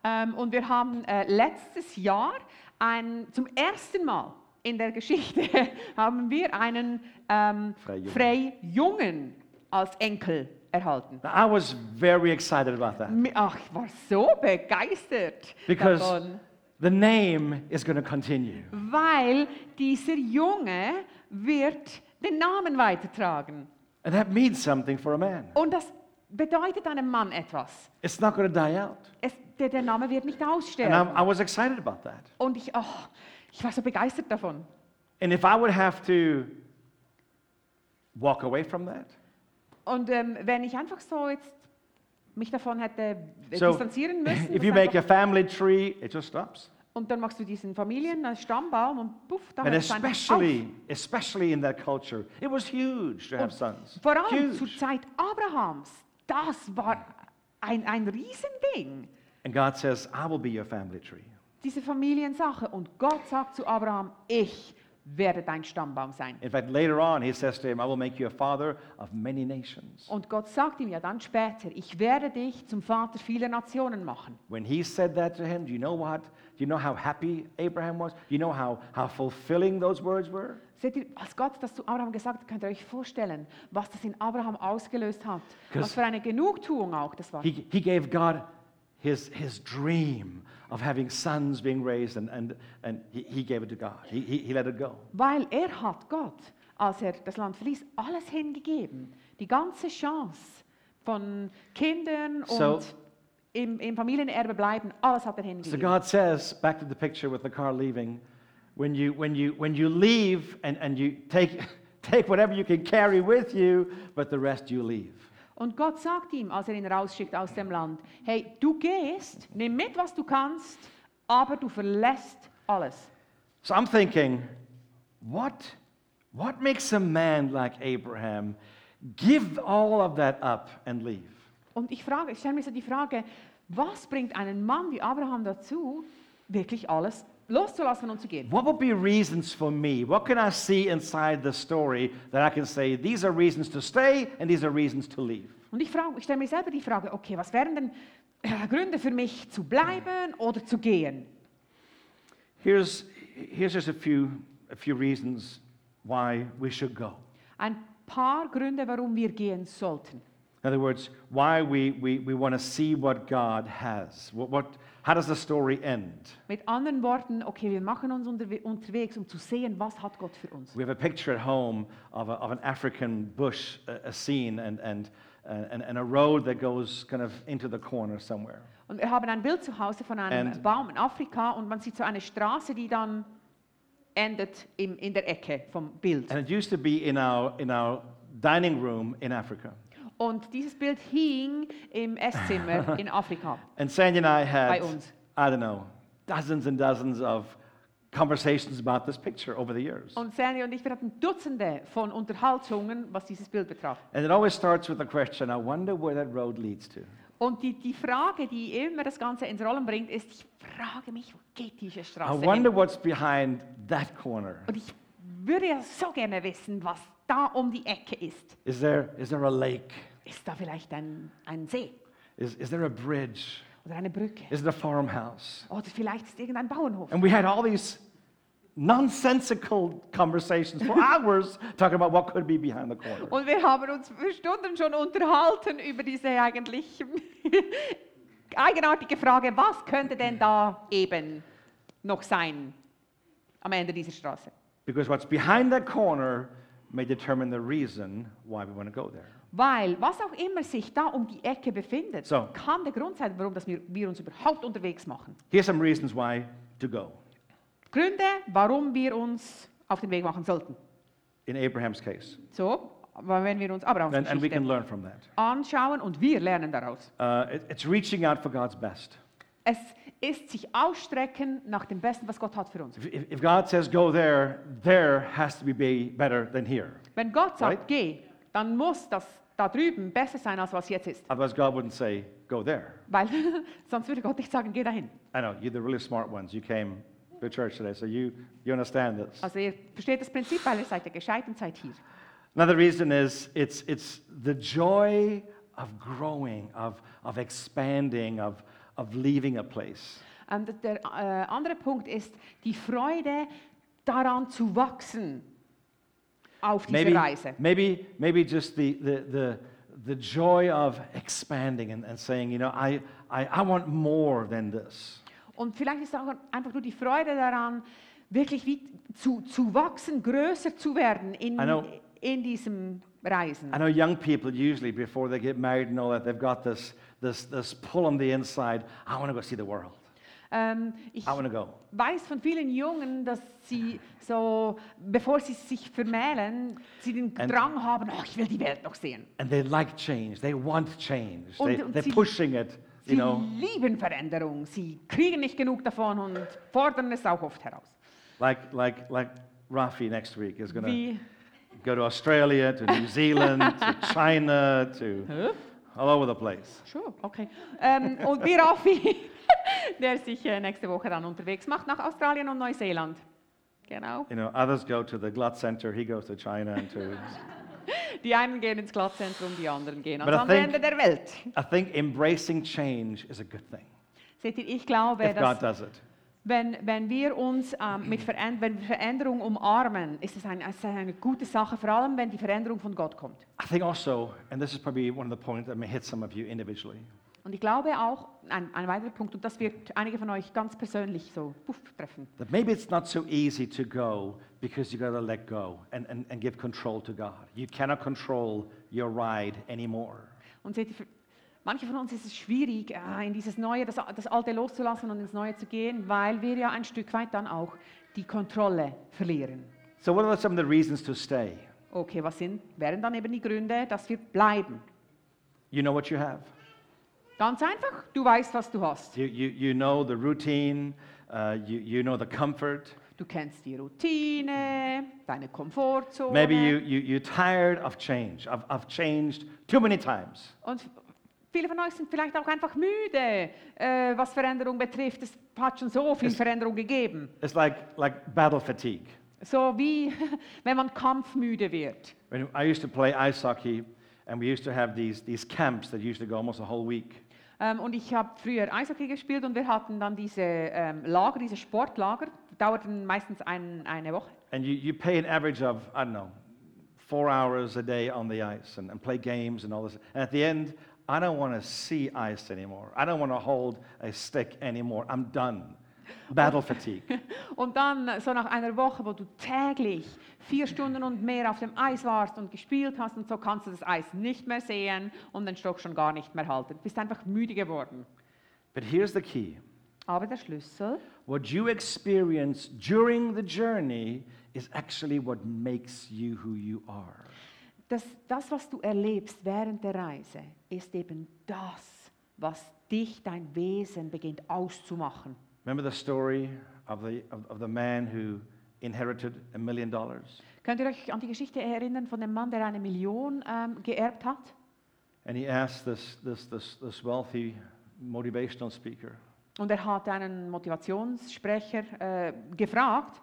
[SPEAKER 2] Ähm, und wir haben äh, letztes Jahr ein, zum ersten Mal in der Geschichte (laughs) haben wir einen ähm,
[SPEAKER 1] Freijungen.
[SPEAKER 2] Freijungen als Enkel erhalten.
[SPEAKER 1] Now, I was very excited about that
[SPEAKER 2] Mi- Ach, ich war so begeistert
[SPEAKER 1] because
[SPEAKER 2] davon.
[SPEAKER 1] the name is going to continue.
[SPEAKER 2] weil dieser Junge wird den Namen weitertragen.
[SPEAKER 1] And that means something for a man.
[SPEAKER 2] Und das bedeutet einem Mann etwas.
[SPEAKER 1] It's not going to die out.
[SPEAKER 2] Es, der, der Name wird nicht
[SPEAKER 1] And I'm,
[SPEAKER 2] aussterben.
[SPEAKER 1] I was excited about that.
[SPEAKER 2] Und ich, ach, ich war so begeistert davon.
[SPEAKER 1] And if I would have to walk away from that,
[SPEAKER 2] Und ähm, wenn ich einfach so jetzt mich davon hätte äh,
[SPEAKER 1] so (laughs)
[SPEAKER 2] distanzieren müssen
[SPEAKER 1] if
[SPEAKER 2] das
[SPEAKER 1] you make a
[SPEAKER 2] einfach,
[SPEAKER 1] family tree, it just stops.
[SPEAKER 2] und dann machst du diesen Familien, äh, Stammbaum und puff, da
[SPEAKER 1] And
[SPEAKER 2] hört es einfach auf.
[SPEAKER 1] especially, especially in that culture, it was huge to have sons.
[SPEAKER 2] Vor allem zur
[SPEAKER 1] Huge.
[SPEAKER 2] Zeit Abrahams, das war ein, ein Riesending,
[SPEAKER 1] And God says, I will be your family tree.
[SPEAKER 2] diese Familiensache. Und Gott sagt zu Abraham, ich werde dein Stammbaum sein.
[SPEAKER 1] In fact, later on, he says to him, I will make you a father of many nations.
[SPEAKER 2] Und Gott sagt ihm ja dann später, ich werde dich zum Vater vieler Nationen machen.
[SPEAKER 1] When he said that to him, do you know what? Do you know how happy Abraham was? Do you know how, how fulfilling those words were?
[SPEAKER 2] Seht ihr, als Gott das zu Abraham gesagt hat, könnt ihr euch vorstellen, was das in Abraham ausgelöst hat.
[SPEAKER 1] Because-
[SPEAKER 2] Was für eine Genugtuung auch das war.
[SPEAKER 1] He, he gave God his, his dream of having sons being raised, and, and, and he, he gave it to God. He, he, he let it go.
[SPEAKER 2] Weil er hat Gott, als er das Land verließ, alles hingegeben. Die ganze Chance von Kindern und
[SPEAKER 1] So-
[SPEAKER 2] im, im Familienerbe bleiben, alles hat er
[SPEAKER 1] So
[SPEAKER 2] hingegeben.
[SPEAKER 1] God says, back to the picture with the car leaving, when you, when you, when you leave and, and you take, (laughs) take whatever you can carry with you, but the rest you leave.
[SPEAKER 2] und Gott sagt ihm, als er ihn rausschickt aus dem Land, hey, du gehst, nimm mit, was du kannst, aber du verlässt alles.
[SPEAKER 1] So I'm thinking, what, what makes a man like Abraham give all of that up and leave?
[SPEAKER 2] Und ich, frage, ich stelle mir so die Frage, was bringt einen Mann wie Abraham dazu, wirklich alles loszulassen und zu gehen?
[SPEAKER 1] What would be reasons for me? What can I see inside the story that I can say, these are reasons to stay and these are reasons to leave?
[SPEAKER 2] Und ich, frage- ich stelle mir selber die Frage, okay, was wären denn äh, Gründe für mich zu bleiben oder zu gehen?
[SPEAKER 1] Here's, here's just a few, a few reasons why we should go.
[SPEAKER 2] Ein paar Gründe, warum wir gehen sollten.
[SPEAKER 1] In other words, why we, we, we want to see what God has. What, what, how does the story end?
[SPEAKER 2] Mit anderen Worten, okay, wir machen uns unterwe unterwegs, um zu sehen, was hat Gott für uns.
[SPEAKER 1] We have a picture at home of, a, of an African bush, a, a scene, and, and, and, and a road that goes kind of into the corner somewhere.
[SPEAKER 2] Und wir haben ein Bild zu Hause von einem
[SPEAKER 1] And-
[SPEAKER 2] Baum in Afrika und man sieht so eine Straße, die dann endet im, in der Ecke vom Bild.
[SPEAKER 1] And it used to be in our, in our dining room in Africa.
[SPEAKER 2] Und dieses Bild hing
[SPEAKER 1] (laughs)
[SPEAKER 2] im Esszimmer in Afrika.
[SPEAKER 1] And Sandy and I had,
[SPEAKER 2] Bei uns.
[SPEAKER 1] I don't know, dozens and dozens of conversations about this picture over the years.
[SPEAKER 2] Und Sandy und ich, wir hatten Dutzende von Unterhaltungen, was dieses Bild betraf.
[SPEAKER 1] And it always starts with the question I wonder where that road leads to.
[SPEAKER 2] Und die, die Frage, die immer das Ganze ins Rollen bringt, ist, ich frage mich, wo geht diese
[SPEAKER 1] I
[SPEAKER 2] Straße
[SPEAKER 1] wonder
[SPEAKER 2] hin?
[SPEAKER 1] what's behind that corner.
[SPEAKER 2] Und ich würde ja so gerne wissen, was da um die Ecke ist.
[SPEAKER 1] Is there, is there a lake?
[SPEAKER 2] Ist da vielleicht ein, ein See
[SPEAKER 1] Is, is there a bridge?
[SPEAKER 2] oder eine Brücke?
[SPEAKER 1] Is it a farmhouse?
[SPEAKER 2] Oder vielleicht ist irgendein Bauernhof.
[SPEAKER 1] And we had all these nonsensical conversations for hours talking about what could be behind the corner.
[SPEAKER 2] Und wir haben uns für Stunden schon unterhalten über diese eigentlich (laughs) eigenartige Frage, was könnte denn da eben noch sein am Ende dieser Straße?
[SPEAKER 1] Because what's behind that corner may determine the reason why we want to go there.
[SPEAKER 2] Weil was auch immer sich da um die Ecke befindet,
[SPEAKER 1] So.
[SPEAKER 2] kann der Grund sein, warum dass wir, wir uns überhaupt unterwegs machen.
[SPEAKER 1] Here's some reasons why to go.
[SPEAKER 2] Gründe, warum wir uns auf den Weg machen sollten.
[SPEAKER 1] In Abraham's case,
[SPEAKER 2] So, aber wenn wir uns Abrahams
[SPEAKER 1] and, and we
[SPEAKER 2] Geschichte
[SPEAKER 1] can learn from that.
[SPEAKER 2] anschauen und wir lernen daraus.
[SPEAKER 1] Uh, it- it's reaching out for God's best.
[SPEAKER 2] Es ist sich ausstrecken nach dem Besten, was Gott hat für uns.
[SPEAKER 1] If, if- if God says go there, there has to be- be better than here.
[SPEAKER 2] Wenn Gott sagt,
[SPEAKER 1] Right?
[SPEAKER 2] geh, dann muss das da drüben besser sein, als was jetzt ist.
[SPEAKER 1] Otherwise, God wouldn't say go there.
[SPEAKER 2] Weil (laughs) sonst würde Gott nicht sagen, geh dahin.
[SPEAKER 1] I know you're the really smart ones. You came to church today, so you you understand this.
[SPEAKER 2] Also ihr versteht das Prinzip, weil ihr seid ja gescheit und seid hier.
[SPEAKER 1] Another reason is it's, it's the joy of growing, of, of expanding, of, of leaving a place.
[SPEAKER 2] Ähm, d- der äh, andere Punkt ist die Freude daran zu wachsen auf diese
[SPEAKER 1] Maybe,
[SPEAKER 2] Reise.
[SPEAKER 1] maybe, maybe just the, the, the, the joy of expanding and, and saying, you know, I, I, I want more than this.
[SPEAKER 2] Und vielleicht ist auch einfach nur die Freude daran, wirklich wie zu, zu wachsen, größer zu werden in,
[SPEAKER 1] I know.
[SPEAKER 2] in diesem Reisen.
[SPEAKER 1] I know young people usually, before they get married and all that, they've got this, this, this pull on the inside I want to go see the world.
[SPEAKER 2] Ähm, ich
[SPEAKER 1] I want to go.
[SPEAKER 2] weiß von vielen Jungen, dass sie so, bevor sie sich vermählen, sie den
[SPEAKER 1] And-
[SPEAKER 2] Drang haben, oh, ich will die Welt noch sehen.
[SPEAKER 1] And they like change. They want change. They,
[SPEAKER 2] Und- und
[SPEAKER 1] they're
[SPEAKER 2] sie-
[SPEAKER 1] pushing it,
[SPEAKER 2] Sie
[SPEAKER 1] you know,
[SPEAKER 2] lieben Veränderung, sie kriegen nicht genug davon und fordern es auch oft heraus.
[SPEAKER 1] like, like, like Rafi next week is going to
[SPEAKER 2] Wie,
[SPEAKER 1] go to Australia, to New Zealand, to China, to all over the place.
[SPEAKER 2] Sure, okay. Ähm, und wie Raffi, (laughs) der sich äh, nächste Woche dann unterwegs macht nach Australien und Neuseeland. Genau.
[SPEAKER 1] You know, others go to the Glut Center. He goes to China and to.
[SPEAKER 2] Die einen gehen ins Glattzentrum, die anderen gehen ans
[SPEAKER 1] But I
[SPEAKER 2] andere
[SPEAKER 1] think-
[SPEAKER 2] Ende der Welt.
[SPEAKER 1] I think embracing change is a good thing
[SPEAKER 2] Seht ihr, ich glaube,
[SPEAKER 1] if God
[SPEAKER 2] dass
[SPEAKER 1] does it.
[SPEAKER 2] wenn, wenn wir uns ähm, mit Veränd wenn wir Veränderung umarmen, ist es, ein, es ist eine gute Sache, vor allem wenn die Veränderung von Gott kommt.
[SPEAKER 1] I think also, and this is probably one of the points that may hit some of you individually,
[SPEAKER 2] Und ich glaube auch, ein, ein weiterer Punkt, und das wird einige von euch ganz persönlich so puff, treffen,
[SPEAKER 1] that maybe it's not so easy to go because you got to let go and, and, and give control to God. You cannot control your ride anymore.
[SPEAKER 2] Und seht ihr, für manche von uns ist es schwierig, ah, in dieses Neue, das, das Alte loszulassen und ins Neue zu gehen, weil wir ja ein Stück weit dann auch die Kontrolle verlieren.
[SPEAKER 1] So, what are some of the reasons to stay?
[SPEAKER 2] Okay, was sind, wären dann eben die Gründe, dass wir bleiben?
[SPEAKER 1] You know what you have,
[SPEAKER 2] Ganz einfach, du weißt, was du hast.
[SPEAKER 1] you, you, you know the routine, uh, you, you know the comfort.
[SPEAKER 2] Du kennst die Routine, deine Komfortzone.
[SPEAKER 1] Maybe you, you, you're tired of change. I've, I've changed too many times.
[SPEAKER 2] Und viele von euch sind vielleicht auch einfach müde, äh, was Veränderung betrifft. Es hat schon so viel
[SPEAKER 1] Es-
[SPEAKER 2] Veränderung gegeben.
[SPEAKER 1] It's like, like battle fatigue.
[SPEAKER 2] So wie (laughs) wenn man kampfmüde wird.
[SPEAKER 1] When I used to play ice hockey, and we used to have these, these camps that used to go almost a whole week.
[SPEAKER 2] Ähm, und ich habe früher Eishockey gespielt und wir hatten dann diese ähm, Lager, diese Sportlager, dauerten meistens ein, eine Woche.
[SPEAKER 1] And you, you pay an average of, I don't know, four hours a day on the ice and, and play games and all this. And at the end, I don't want to see ice anymore. I don't want to hold a stick anymore. I'm done. Battle fatigue.
[SPEAKER 2] Und dann, äh, so nach einer Woche, wo du täglich vier Stunden und mehr auf dem Eis warst und gespielt hast und so, kannst du das Eis nicht mehr sehen und den Stock schon gar nicht mehr halten. Du bist einfach müde geworden.
[SPEAKER 1] But here's the key
[SPEAKER 2] Aber der Schlüssel,
[SPEAKER 1] what you experience during the journey is actually what makes you who you are.
[SPEAKER 2] das, das, was du erlebst während der Reise, ist eben das, was dich, dein Wesen beginnt auszumachen.
[SPEAKER 1] Remember the story of the, of, of the man who inherited a million dollars?
[SPEAKER 2] Könnt ihr euch an die Geschichte erinnern von dem Mann, der eine Million ähm, geerbt hat?
[SPEAKER 1] And he asked this, this, this, this wealthy motivational speaker,
[SPEAKER 2] Und er hat einen Motivationssprecher äh, gefragt.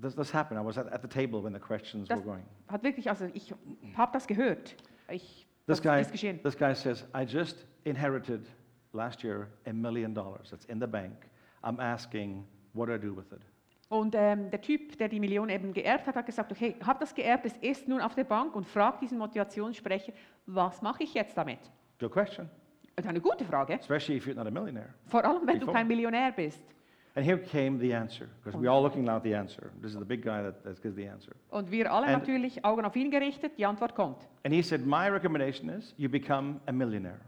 [SPEAKER 1] This, this happened. I was at, at the table when the questions
[SPEAKER 2] Das
[SPEAKER 1] were going.
[SPEAKER 2] hat wirklich, also ich habe das gehört. Ich,
[SPEAKER 1] This
[SPEAKER 2] das
[SPEAKER 1] guy,
[SPEAKER 2] ist geschehen.
[SPEAKER 1] this guy says, I just inherited last year a million dollars. It's in the bank. I'm asking, what do I do with it?
[SPEAKER 2] Und ähm, der Typ, der die Million eben geerbt hat, hat gesagt, okay, hab das geerbt, es ist nun auf der Bank und fragt diesen Motivationssprecher, was mache ich jetzt damit?
[SPEAKER 1] Good question,
[SPEAKER 2] Das ist eine gute Frage,
[SPEAKER 1] especially if you're not a millionaire.
[SPEAKER 2] vor allem wenn du
[SPEAKER 1] Before.
[SPEAKER 2] kein Millionär bist.
[SPEAKER 1] And here came the answer, because we're all looking now at the answer. This is the big guy that, that gives the answer.
[SPEAKER 2] Und wir alle
[SPEAKER 1] And-
[SPEAKER 2] natürlich Augen auf ihn gerichtet, die Antwort kommt.
[SPEAKER 1] And he said, My recommendation is you become a millionaire.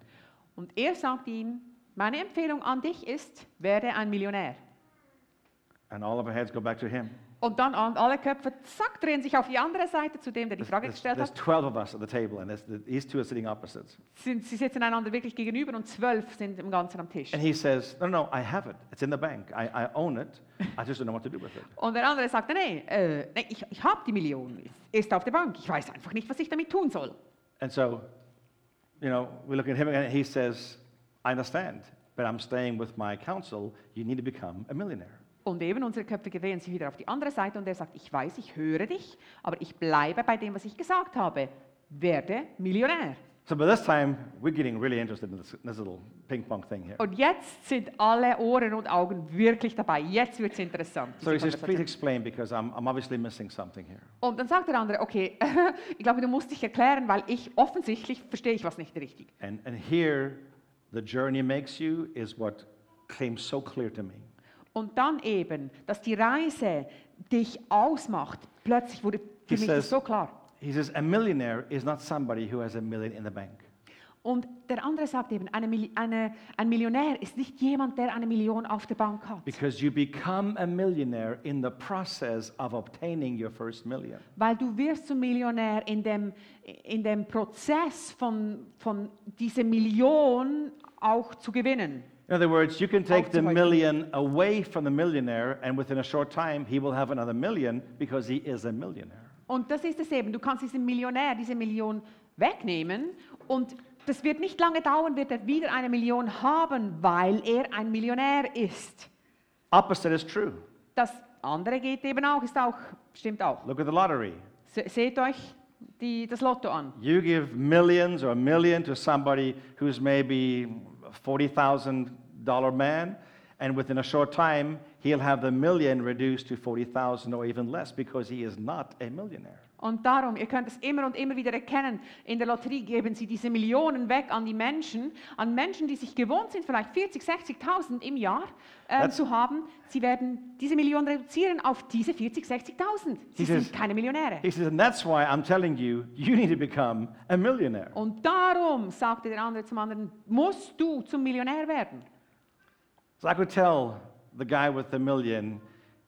[SPEAKER 2] Und er sagt ihm, meine Empfehlung an dich ist, werde ein Millionär.
[SPEAKER 1] And all of our heads go back to him.
[SPEAKER 2] Und dann an alle Köpfe, zack, drehen sich auf die andere Seite zu dem, der die
[SPEAKER 1] There's,
[SPEAKER 2] Frage
[SPEAKER 1] there's-
[SPEAKER 2] gestellt
[SPEAKER 1] there's
[SPEAKER 2] hat.
[SPEAKER 1] 12 of us at the table, and there's, these two are sitting opposites.
[SPEAKER 2] Sind, sie sitzen einander wirklich gegenüber und zwölf sind im Ganzen am Tisch.
[SPEAKER 1] And he says, No, no, I have it. It's in the bank. I, I own it. I just don't know what to do with it.
[SPEAKER 2] Und der andere sagt, nee, äh, nee ich, ich habe die Million, ist auf der Bank, ich weiß einfach nicht, was ich damit tun soll.
[SPEAKER 1] And so, you know, we look at him again, and he says, I understand, but I'm staying with my counsel. You need to become a millionaire.
[SPEAKER 2] Und eben unsere Köpfe drehen sich wieder auf die andere Seite und er sagt, ich weiß, ich höre dich, aber ich bleibe bei dem, was ich gesagt habe. Werde Millionär.
[SPEAKER 1] So by this time, we're getting really interested in this, this little ping pong thing here.
[SPEAKER 2] Und jetzt sind alle Ohren und Augen wirklich dabei. Jetzt wird es interessant.
[SPEAKER 1] So he
[SPEAKER 2] diese
[SPEAKER 1] says, please
[SPEAKER 2] Konversation.
[SPEAKER 1] explain because I'm, I'm obviously missing something here.
[SPEAKER 2] Und dann sagt der andere, okay, (laughs) ich glaube, du musst dich erklären, weil ich offensichtlich verstehe ich was nicht richtig.
[SPEAKER 1] And, and here, the journey makes you is what came so clear to me.
[SPEAKER 2] Und dann eben, dass die Reise dich ausmacht. Plötzlich wurde für
[SPEAKER 1] He
[SPEAKER 2] mich das
[SPEAKER 1] says-
[SPEAKER 2] so klar.
[SPEAKER 1] He says, A millionaire is not somebody who has a million in the bank.
[SPEAKER 2] Und der andere sagt eben, eine, Mil- eine, ein Millionär ist nicht jemand, der eine Million auf der Bank hat.
[SPEAKER 1] Because you become a millionaire in the process of obtaining your first million.
[SPEAKER 2] Weil du wirst zum Millionär in dem, in dem Prozess von, von diese Million auch zu gewinnen.
[SPEAKER 1] In other words, you can take the
[SPEAKER 2] Aufzuhalten.
[SPEAKER 1] million away from the millionaire, and within a short time, he will have another million because he is a millionaire.
[SPEAKER 2] Und das ist es eben. Du kannst diesem Millionär diese Million wegnehmen und das wird nicht lange dauern, wird er wieder eine Million haben, weil er ein Millionär ist.
[SPEAKER 1] Opposite is true.
[SPEAKER 2] Das andere geht eben auch, ist auch, stimmt auch.
[SPEAKER 1] Look at the lottery.
[SPEAKER 2] Se- Seht euch die, das Lotto an.
[SPEAKER 1] You give millions or a million to somebody who's maybe $40,000 man, and within a short time, he'll have the million reduced to 40,000 or even less because he is not a millionaire.
[SPEAKER 2] Und darum, ihr könnt es immer und immer wieder erkennen, in der Lotterie geben sie diese Millionen weg an die Menschen, an Menschen, die sich gewohnt sind, vielleicht 40, 60.000 im Jahr äh,
[SPEAKER 1] That's-
[SPEAKER 2] zu haben. Sie werden diese Millionen reduzieren auf diese 40, 60.000. Sie
[SPEAKER 1] Dieses-
[SPEAKER 2] sind keine Millionäre.
[SPEAKER 1] He says, and that's why I'm telling you, you need to become a millionaire.
[SPEAKER 2] Und darum, sagte der andere zum anderen, musst du zum Millionär werden.
[SPEAKER 1] So I could tell the guy with the million,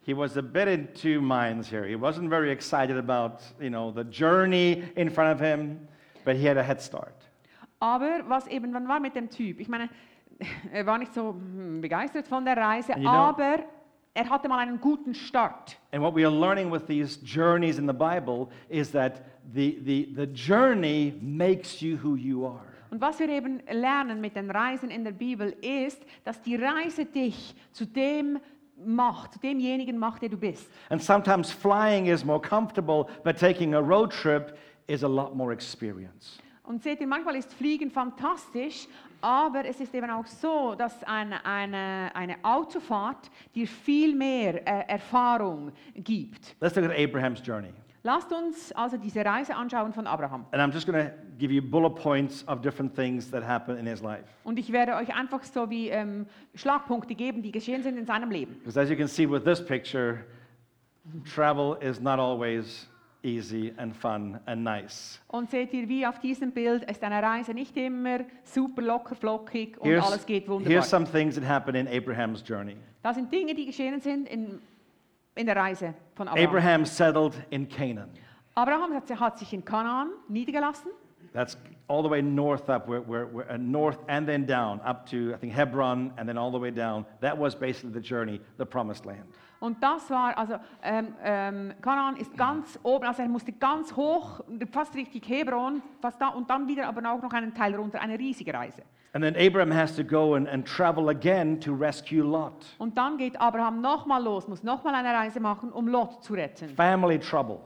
[SPEAKER 1] he was a bit in two minds here. He wasn't very excited about, you know, the journey in front of him, but he had a head start.
[SPEAKER 2] Aber was eben, wann war mit dem Typ? Ich meine, er war nicht so hm, begeistert von der Reise,
[SPEAKER 1] You know-
[SPEAKER 2] aber er hatte mal einen guten Start.
[SPEAKER 1] And what we are learning with these journeys in the Bible is that the, the, the journey makes you who you are.
[SPEAKER 2] Und was wir eben lernen mit den Reisen in der Bibel ist, dass die Reise dich zu dem macht, zu demjenigen macht, der du bist.
[SPEAKER 1] And sometimes flying is more comfortable, but taking a road trip is a lot more experience.
[SPEAKER 2] Und seht ihr, manchmal ist Fliegen fantastisch, aber es ist eben auch so, dass eine, eine, eine Autofahrt dir viel mehr äh, Erfahrung gibt.
[SPEAKER 1] Let's look at Abraham's journey.
[SPEAKER 2] Lasst uns also diese Reise anschauen von Abraham.
[SPEAKER 1] And I'm just going to give you bullet points of different things that happened in his life.
[SPEAKER 2] Und ich werde euch einfach so wie ähm, Schlagpunkte geben, die geschehen sind in seinem Leben.
[SPEAKER 1] Because as you can see with this picture, travel is not always easy and fun and nice.
[SPEAKER 2] Und seht ihr, wie auf diesem Bild ist eine Reise nicht immer super locker flockig und alles geht wunderbar.
[SPEAKER 1] here's some things that happened in Abraham's journey.
[SPEAKER 2] Das sind Dinge, die geschehen sind in, in der Reise von Abraham.
[SPEAKER 1] Abraham settled in Canaan.
[SPEAKER 2] Abraham hat, hat sich in Kanaan niedergelassen.
[SPEAKER 1] That's all the way north up, where, where, where, uh, north and then down, up to, I think, Hebron, and then all the way down. That was basically the journey, the promised land.
[SPEAKER 2] Und das war, also ähm, ähm, Kanaan ist ganz oben, also er musste ganz hoch, fast richtig Hebron, fast da und dann wieder aber auch noch einen Teil runter, eine riesige Reise.
[SPEAKER 1] And then Abraham has to go and, and travel again to rescue Lot.
[SPEAKER 2] Und dann geht Abraham nochmal los, muss nochmal eine Reise machen, um Lot zu retten.
[SPEAKER 1] Family trouble.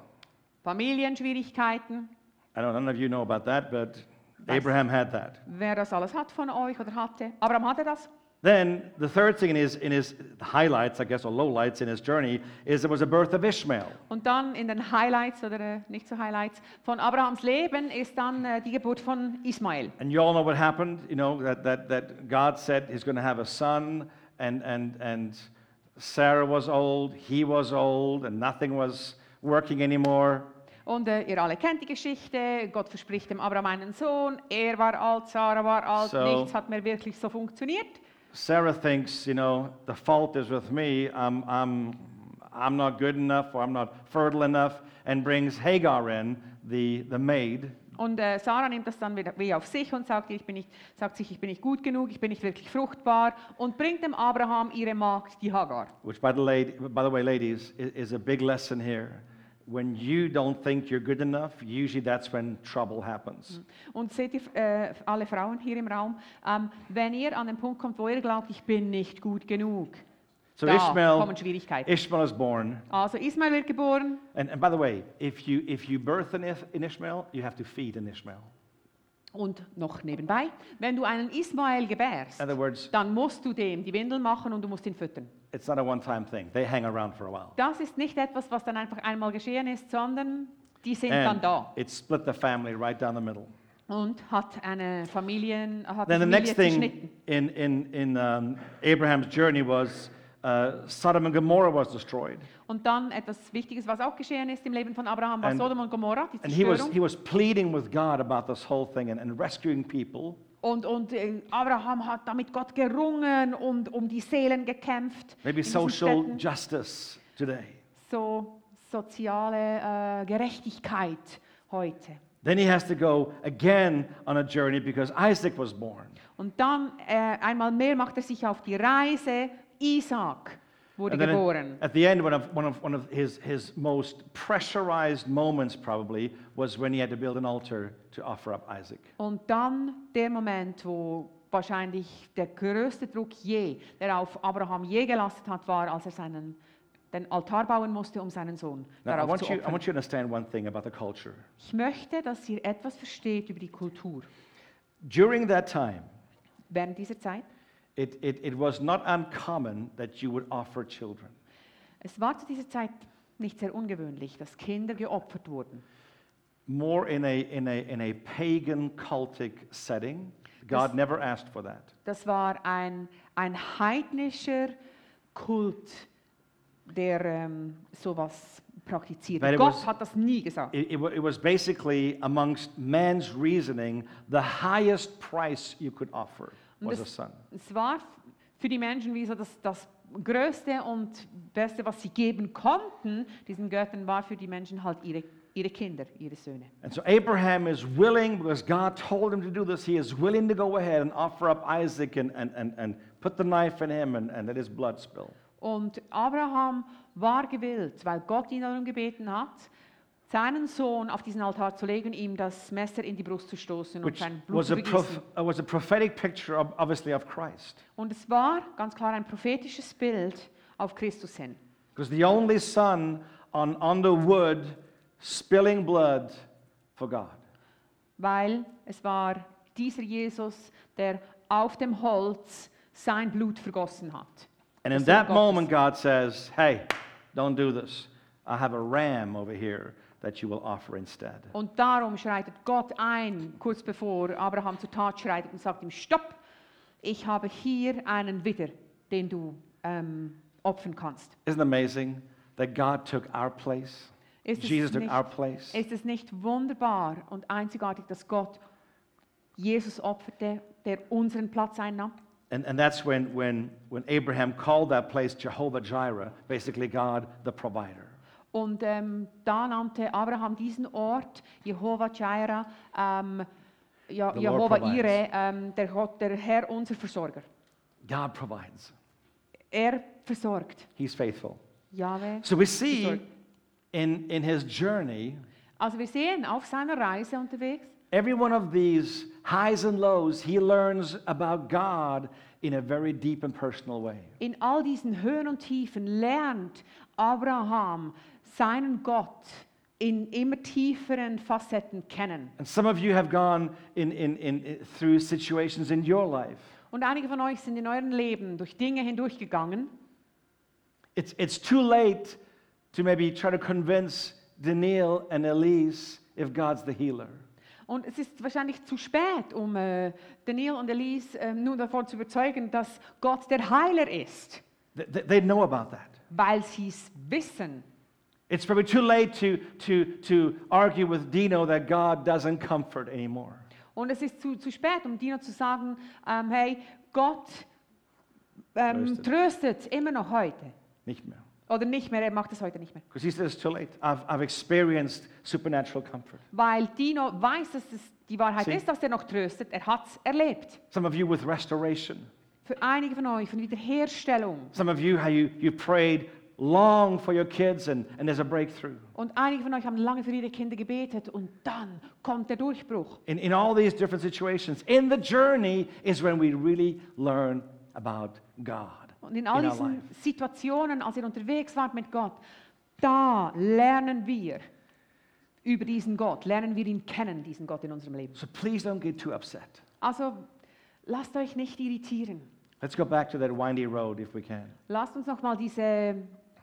[SPEAKER 2] Familienschwierigkeiten,
[SPEAKER 1] I don't know, none of you know about that, but Abraham had that.
[SPEAKER 2] wer das alles hat von euch oder hatte. Abraham hatte das.
[SPEAKER 1] Then the third thing in his, in his highlights, I guess, or lowlights in his journey is there was a birth of Ishmael.
[SPEAKER 2] Und dann in den Highlights oder äh, nicht so Highlights von Abrahams Leben ist dann äh, die Geburt von Ismael.
[SPEAKER 1] And you all know what happened, you know, that, that, that God said he's going to have a son, and, and, and Sarah was old, he was old, and nothing was working anymore.
[SPEAKER 2] Und äh, ihr alle kennt die Geschichte. Gott verspricht dem Abraham einen Sohn. Er war alt, Sarah war alt.
[SPEAKER 1] So.
[SPEAKER 2] Nichts hat mehr wirklich so funktioniert.
[SPEAKER 1] Sarah thinks, you know, the fault is with me. I'm, I'm, I'm not good enough or I'm not fertile enough, and brings Hagar in, the, the maid.
[SPEAKER 2] Und äh, Sarah nimmt das dann wieder wie auf sich und sagt, ich bin nicht, sagt sich, ich bin nicht gut genug, ich bin nicht wirklich fruchtbar und bringt dem Abraham ihre Magd, die Hagar.
[SPEAKER 1] Which, by the, lad- by the way, ladies, i- is a big lesson here. When you don't think you're good enough, usually that's when trouble happens.
[SPEAKER 2] Und seht ihr, äh, alle Frauen hier im Raum, ähm, wenn ihr an den Punkt kommt, wo ihr glaubt, ich bin nicht gut genug,
[SPEAKER 1] So
[SPEAKER 2] da
[SPEAKER 1] Ishmael,
[SPEAKER 2] kommen Schwierigkeiten.
[SPEAKER 1] Ishmael is born.
[SPEAKER 2] Also Ismael wird geboren.
[SPEAKER 1] And, and by the way, if you, if you birth an, If- an Ishmael, you have to feed an Ishmael.
[SPEAKER 2] Und noch nebenbei, wenn du einen Ismael gebärst,
[SPEAKER 1] In other words,
[SPEAKER 2] dann musst du dem die Windeln machen und du musst ihn füttern.
[SPEAKER 1] it's not a one time thing, they hang around for a while.
[SPEAKER 2] Das ist nicht etwas, was dann einfach einmal geschehen ist, sondern die sind dann
[SPEAKER 1] And
[SPEAKER 2] da.
[SPEAKER 1] it split the family right down the middle.
[SPEAKER 2] und hat eine Familie, hat
[SPEAKER 1] Then the
[SPEAKER 2] die
[SPEAKER 1] next thing
[SPEAKER 2] Familie zerschnitten.
[SPEAKER 1] in, in, in um, Abraham's journey was uh, Sodom and Gomorrah was destroyed.
[SPEAKER 2] Und dann etwas Wichtiges, was auch geschehen ist im Leben von Abraham, war
[SPEAKER 1] And-
[SPEAKER 2] Sodom und Gomorra, die
[SPEAKER 1] And he was,
[SPEAKER 2] Zerstörung.
[SPEAKER 1] he was pleading with God about this whole thing and, and rescuing people.
[SPEAKER 2] Und, und äh, Abraham hat damit Gott gerungen und um die Seelen gekämpft.
[SPEAKER 1] Maybe
[SPEAKER 2] in diesen
[SPEAKER 1] social
[SPEAKER 2] Städten.
[SPEAKER 1] justice today.
[SPEAKER 2] so soziale äh, Gerechtigkeit heute.
[SPEAKER 1] Then he has to go again on a journey because Isaac was born.
[SPEAKER 2] Und dann äh, einmal mehr macht er sich auf die Reise. Isaac wurde
[SPEAKER 1] And then
[SPEAKER 2] geboren.
[SPEAKER 1] at, at the end, one of, one of, one of his, his most pressurized moments probably was when he had to build an altar to offer up Isaac.
[SPEAKER 2] Und dann der Moment, wo wahrscheinlich der größte Druck je, der auf Abraham je gelastet hat, war, als er seinen, den Altar bauen musste, um seinen Sohn
[SPEAKER 1] Now, I
[SPEAKER 2] darauf
[SPEAKER 1] want,
[SPEAKER 2] zu
[SPEAKER 1] you, I
[SPEAKER 2] opfern.
[SPEAKER 1] want you to understand one thing about the culture.
[SPEAKER 2] Ich möchte, dass ihr etwas versteht über die Kultur.
[SPEAKER 1] During that time,
[SPEAKER 2] Während dieser Zeit,
[SPEAKER 1] it, it, it was not uncommon that you would offer children.
[SPEAKER 2] es war zu dieser Zeit nicht sehr ungewöhnlich, dass Kinder geopfert wurden.
[SPEAKER 1] More in a, in a, in a pagan cultic setting. God never asked for that.
[SPEAKER 2] Das war ein, ein heidnischer Kult, der ähm, sowas praktiziert.
[SPEAKER 1] Weil er
[SPEAKER 2] Gott
[SPEAKER 1] was-
[SPEAKER 2] hat das nie gesagt.
[SPEAKER 1] It, it, wa- it was basically amongst man's reasoning, the highest price you could offer
[SPEAKER 2] Und
[SPEAKER 1] was a
[SPEAKER 2] das-
[SPEAKER 1] son.
[SPEAKER 2] Es war für die Menschen wie so das, das Größte und Beste, was sie geben konnten, diesen Göttern, war für die Menschen halt ihre, ihre Kinder, ihre Söhne.
[SPEAKER 1] And so Abraham is willing, because God told him to do this, he is willing to go ahead and offer up Isaac and, and, and, and put the knife in him and, and let his blood spill.
[SPEAKER 2] Und Abraham war gewillt, weil Gott ihn darum gebeten hat, seinen Sohn auf diesen Altar zu legen, ihm das Messer in die Brust zu stoßen und
[SPEAKER 1] Which
[SPEAKER 2] sein Blut
[SPEAKER 1] was
[SPEAKER 2] zu
[SPEAKER 1] a,
[SPEAKER 2] vergießen.
[SPEAKER 1] prof- uh, was a prophetic picture, of, obviously, of Christ.
[SPEAKER 2] Und es war ganz klar ein prophetisches Bild auf Christus hin.
[SPEAKER 1] Because the only son on, on the wood spilling blood for God.
[SPEAKER 2] Weil es war dieser Jesus, der auf dem Holz sein Blut vergossen hat.
[SPEAKER 1] And
[SPEAKER 2] Der
[SPEAKER 1] in
[SPEAKER 2] Sohn
[SPEAKER 1] that
[SPEAKER 2] Gottes.
[SPEAKER 1] moment, God says, Hey, don't do this. I have a ram over here that you will offer instead.
[SPEAKER 2] Und darum schreitet Gott ein, kurz bevor Abraham zur Tat schreitet und sagt ihm, stopp, ich habe hier einen Widder, den du ähm, opfern kannst.
[SPEAKER 1] Isn't it amazing that God took our place?
[SPEAKER 2] Ist es
[SPEAKER 1] Jesus took
[SPEAKER 2] nicht-
[SPEAKER 1] our place.
[SPEAKER 2] Ist es nicht wunderbar und einzigartig, dass Gott Jesus opferte, der unseren Platz einnahm?
[SPEAKER 1] And, and that's when, when, when Abraham called that place Jehovah Jireh, basically God the provider.
[SPEAKER 2] Und ähm, da nannte Abraham diesen Ort Jehova Jireh, ähm, ja,
[SPEAKER 1] The Lord
[SPEAKER 2] Jehova
[SPEAKER 1] provides.
[SPEAKER 2] Ire, ähm, der, Gott, der Herr, unser Versorger.
[SPEAKER 1] God provides,
[SPEAKER 2] Er versorgt.
[SPEAKER 1] He's faithful.
[SPEAKER 2] Jahwe.
[SPEAKER 1] So we see
[SPEAKER 2] Sorry.
[SPEAKER 1] in, in his journey,
[SPEAKER 2] Also wir sehen auf seiner Reise unterwegs,
[SPEAKER 1] every one of these highs and lows, he learns about God in a very deep and personal way.
[SPEAKER 2] in all diesen Höhen und Tiefen lernt Abraham seinen Gott in immer tieferen Facetten kennen.
[SPEAKER 1] And some of you have gone in, in, in, in- through situations in your life.
[SPEAKER 2] Und einige von euch sind in eurem Leben durch Dinge hindurchgegangen,
[SPEAKER 1] It's, it's too late to maybe try to convince Daniil and Elise if God's the healer.
[SPEAKER 2] Und es ist wahrscheinlich zu spät, um äh, Daniel und Elise ähm, nun davon zu überzeugen, dass Gott der Heiler ist,
[SPEAKER 1] Th- th- They know about that.
[SPEAKER 2] weil sie es wissen.
[SPEAKER 1] It's probably too late to, to, to argue with Dino that God doesn't comfort anymore.
[SPEAKER 2] Und es ist zu, zu spät, um Dino zu sagen, ähm, hey, Gott ähm,
[SPEAKER 1] Tröstet.
[SPEAKER 2] tröstet immer noch heute.
[SPEAKER 1] Nicht mehr.
[SPEAKER 2] Oder nicht mehr, er macht es heute nicht mehr.
[SPEAKER 1] Because he says it's too late. I've, I've experienced supernatural comfort.
[SPEAKER 2] Weil Dino weiß, dass es die Wahrheit
[SPEAKER 1] Sie-
[SPEAKER 2] ist, dass er noch tröstet. Er hat es erlebt.
[SPEAKER 1] Some of you with restoration.
[SPEAKER 2] Für einige von euch, von Wiederherstellung.
[SPEAKER 1] Some of you, how you, you prayed long for your kids and, and there's a breakthrough.
[SPEAKER 2] Und einige von euch haben lange für ihre Kinder gebetet und dann kommt der Durchbruch.
[SPEAKER 1] In, in all these different situations, in the journey is when we really learn about God.
[SPEAKER 2] Und in all
[SPEAKER 1] in our
[SPEAKER 2] diesen
[SPEAKER 1] life.
[SPEAKER 2] Situationen, als ihr unterwegs wart mit Gott, da lernen wir über diesen Gott, lernen wir ihn kennen, diesen Gott in unserem Leben.
[SPEAKER 1] So please don't get too upset.
[SPEAKER 2] Also lasst euch nicht irritieren.
[SPEAKER 1] Let's go back to that windy road if we can.
[SPEAKER 2] Lasst uns nochmal diese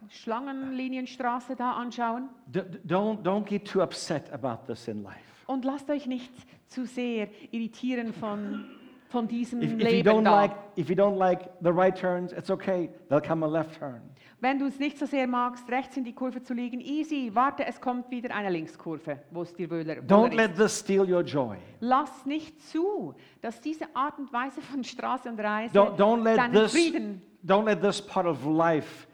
[SPEAKER 2] Schlangenlinienstraße da anschauen
[SPEAKER 1] D- d- don't, don't get too upset about this in life.
[SPEAKER 2] und lasst euch nicht zu sehr irritieren von, von diesem
[SPEAKER 1] If, if, you
[SPEAKER 2] Leben
[SPEAKER 1] don't
[SPEAKER 2] da.
[SPEAKER 1] like, if you don't like the right turns, it's okay. There'll come a left turn.
[SPEAKER 2] Wenn du es nicht so sehr magst, rechts in die Kurve zu liegen, easy, warte, es kommt wieder eine Linkskurve, wo es dir wohler
[SPEAKER 1] Don't
[SPEAKER 2] wohler ist.
[SPEAKER 1] let this steal your joy.
[SPEAKER 2] Lass nicht zu, dass diese Art und Weise von Straße und Reise
[SPEAKER 1] Don't, don't let
[SPEAKER 2] deinen
[SPEAKER 1] this
[SPEAKER 2] Frieden
[SPEAKER 1] don't let this part of life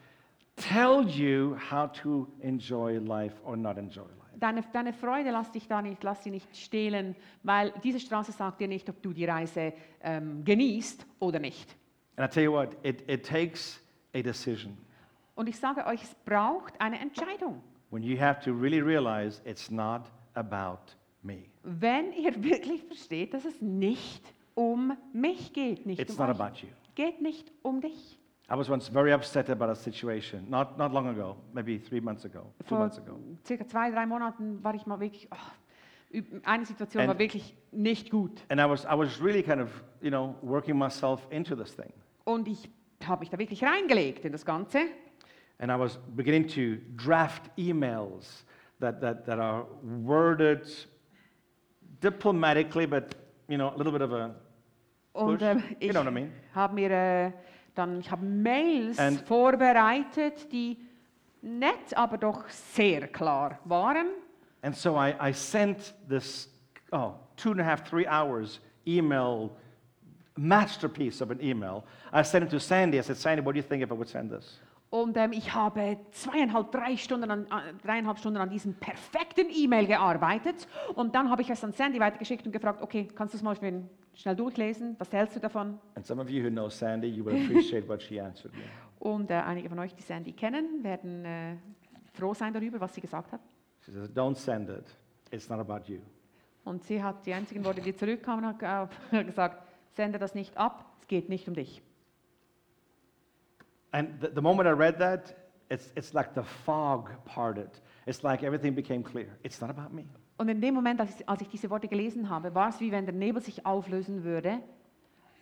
[SPEAKER 1] tell you how to enjoy life or not enjoy life.
[SPEAKER 2] Deine, deine Freude lass dich da nicht, lass sie nicht stehlen, weil diese Straße sagt dir nicht, ob du die Reise ähm, genießt oder nicht.
[SPEAKER 1] And I tell you what, it, it takes a decision
[SPEAKER 2] Und ich sage euch, es braucht eine Entscheidung.
[SPEAKER 1] when you have to really realize it's not about me.
[SPEAKER 2] Wenn ihr (laughs) wirklich versteht, dass es nicht um mich geht, nicht
[SPEAKER 1] It's
[SPEAKER 2] um
[SPEAKER 1] not
[SPEAKER 2] euch,
[SPEAKER 1] about you.
[SPEAKER 2] geht nicht um dich.
[SPEAKER 1] I was once very upset about a situation, not, not long ago, maybe three months ago, two
[SPEAKER 2] Vor
[SPEAKER 1] months ago.
[SPEAKER 2] circa zwei, drei Monaten war ich mal wirklich, ach, üb- eine Situation
[SPEAKER 1] And-
[SPEAKER 2] war wirklich nicht gut.
[SPEAKER 1] And I was, I was really kind of, you know, working myself into this thing.
[SPEAKER 2] Und ich habe mich da wirklich reingelegt in das Ganze.
[SPEAKER 1] And I was beginning to draft emails that, that, that are worded diplomatically, but, you know, a little bit of a
[SPEAKER 2] Und
[SPEAKER 1] push.
[SPEAKER 2] ähm,
[SPEAKER 1] you
[SPEAKER 2] ich
[SPEAKER 1] know what I mean?
[SPEAKER 2] habe mir äh, dann, ich habe Mails
[SPEAKER 1] And-
[SPEAKER 2] vorbereitet, die nett, aber doch sehr klar waren.
[SPEAKER 1] And so I, I sent this, oh, two and a half, three hours email, masterpiece of an email. I sent it to Sandy. I said, Sandy, what do you think if I would send this?
[SPEAKER 2] Und ähm, ich habe zweieinhalb, drei Stunden an, an, dreieinhalb Stunden an diesem perfekten E-Mail gearbeitet. Und dann habe ich es an Sandy weitergeschickt und gefragt, okay, kannst du es mal schnell- schnell durchlesen? Was hältst du davon?
[SPEAKER 1] And some of you who know Sandy, you will appreciate what she answered me.
[SPEAKER 2] Und äh, einige von euch, die Sandy kennen, werden äh, froh sein darüber, was sie gesagt hat.
[SPEAKER 1] She says, don't send it. It's not about you.
[SPEAKER 2] Und sie hat die einzigen Worte, die zurückkamen, hat ge- äh, (laughs) hat gesagt, sende das nicht ab, es geht nicht um dich.
[SPEAKER 1] And the, the moment I read that, it's, it's like the fog parted. It's like everything became clear. It's not about me.
[SPEAKER 2] Und in dem Moment, als ich, als ich diese Worte gelesen habe, war es wie wenn der Nebel sich auflösen würde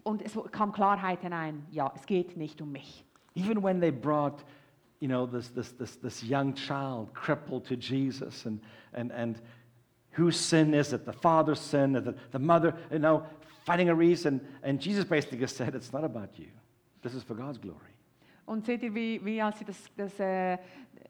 [SPEAKER 2] und es kam Klarheit hinein. Ja, es geht nicht um mich.
[SPEAKER 1] Even when they brought, you know, this, this, this, this young child crippled to Jesus and, and, and whose sin is it? The father's sin or the, the mother, you know, finding a reason. And Jesus basically just said, it's not about you. This is for God's glory.
[SPEAKER 2] Und seht ihr, wie, wie als sie das, das, äh,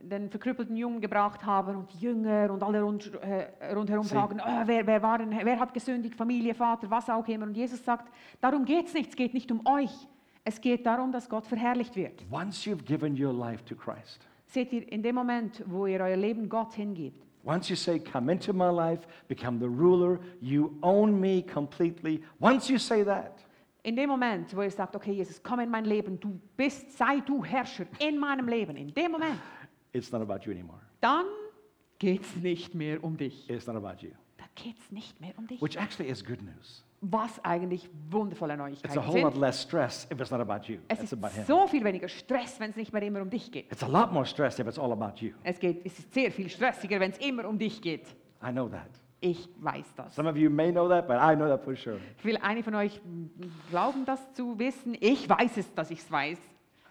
[SPEAKER 2] den verkrüppelten Jungen gebracht haben und die Jünger und alle rund, äh, rundherum
[SPEAKER 1] Sie-
[SPEAKER 2] fragen, oh, wer, wer, war denn, wer hat gesündigt, Familie, Vater, was auch immer. Und Jesus sagt, darum geht es nicht, es geht nicht um euch. Es geht darum, dass Gott verherrlicht wird.
[SPEAKER 1] Once you've given your life to Christ,
[SPEAKER 2] Seht ihr, in dem Moment, wo ihr euer Leben Gott hingibt,
[SPEAKER 1] Once you say, Come into my life, become the ruler, you own me completely. Once you say that,
[SPEAKER 2] in dem Moment, wo ihr sagt, okay, Jesus, komm in mein Leben, du bist, sei du Herrscher in meinem Leben, in dem Moment,
[SPEAKER 1] it's not about you anymore.
[SPEAKER 2] dann geht es nicht mehr um dich.
[SPEAKER 1] It's not about you,
[SPEAKER 2] Da geht es nicht mehr um dich.
[SPEAKER 1] which actually is good news.
[SPEAKER 2] Was eigentlich wundervolle
[SPEAKER 1] It's a
[SPEAKER 2] Neuigkeiten
[SPEAKER 1] whole lot
[SPEAKER 2] sind.
[SPEAKER 1] less stress if it's not about you,
[SPEAKER 2] Es
[SPEAKER 1] it's about
[SPEAKER 2] ist
[SPEAKER 1] him.
[SPEAKER 2] so viel weniger Stress, wenn es nicht mehr immer um dich geht.
[SPEAKER 1] It's a lot more stress if it's all about you.
[SPEAKER 2] Es, geht, es ist sehr viel stressiger, wenn es immer um dich geht.
[SPEAKER 1] I know that.
[SPEAKER 2] Ich weiß das.
[SPEAKER 1] Some of you may know that, but I know that for sure.
[SPEAKER 2] Will einige von euch mm, glauben, das zu wissen? Ich weiß es, dass ich es weiß.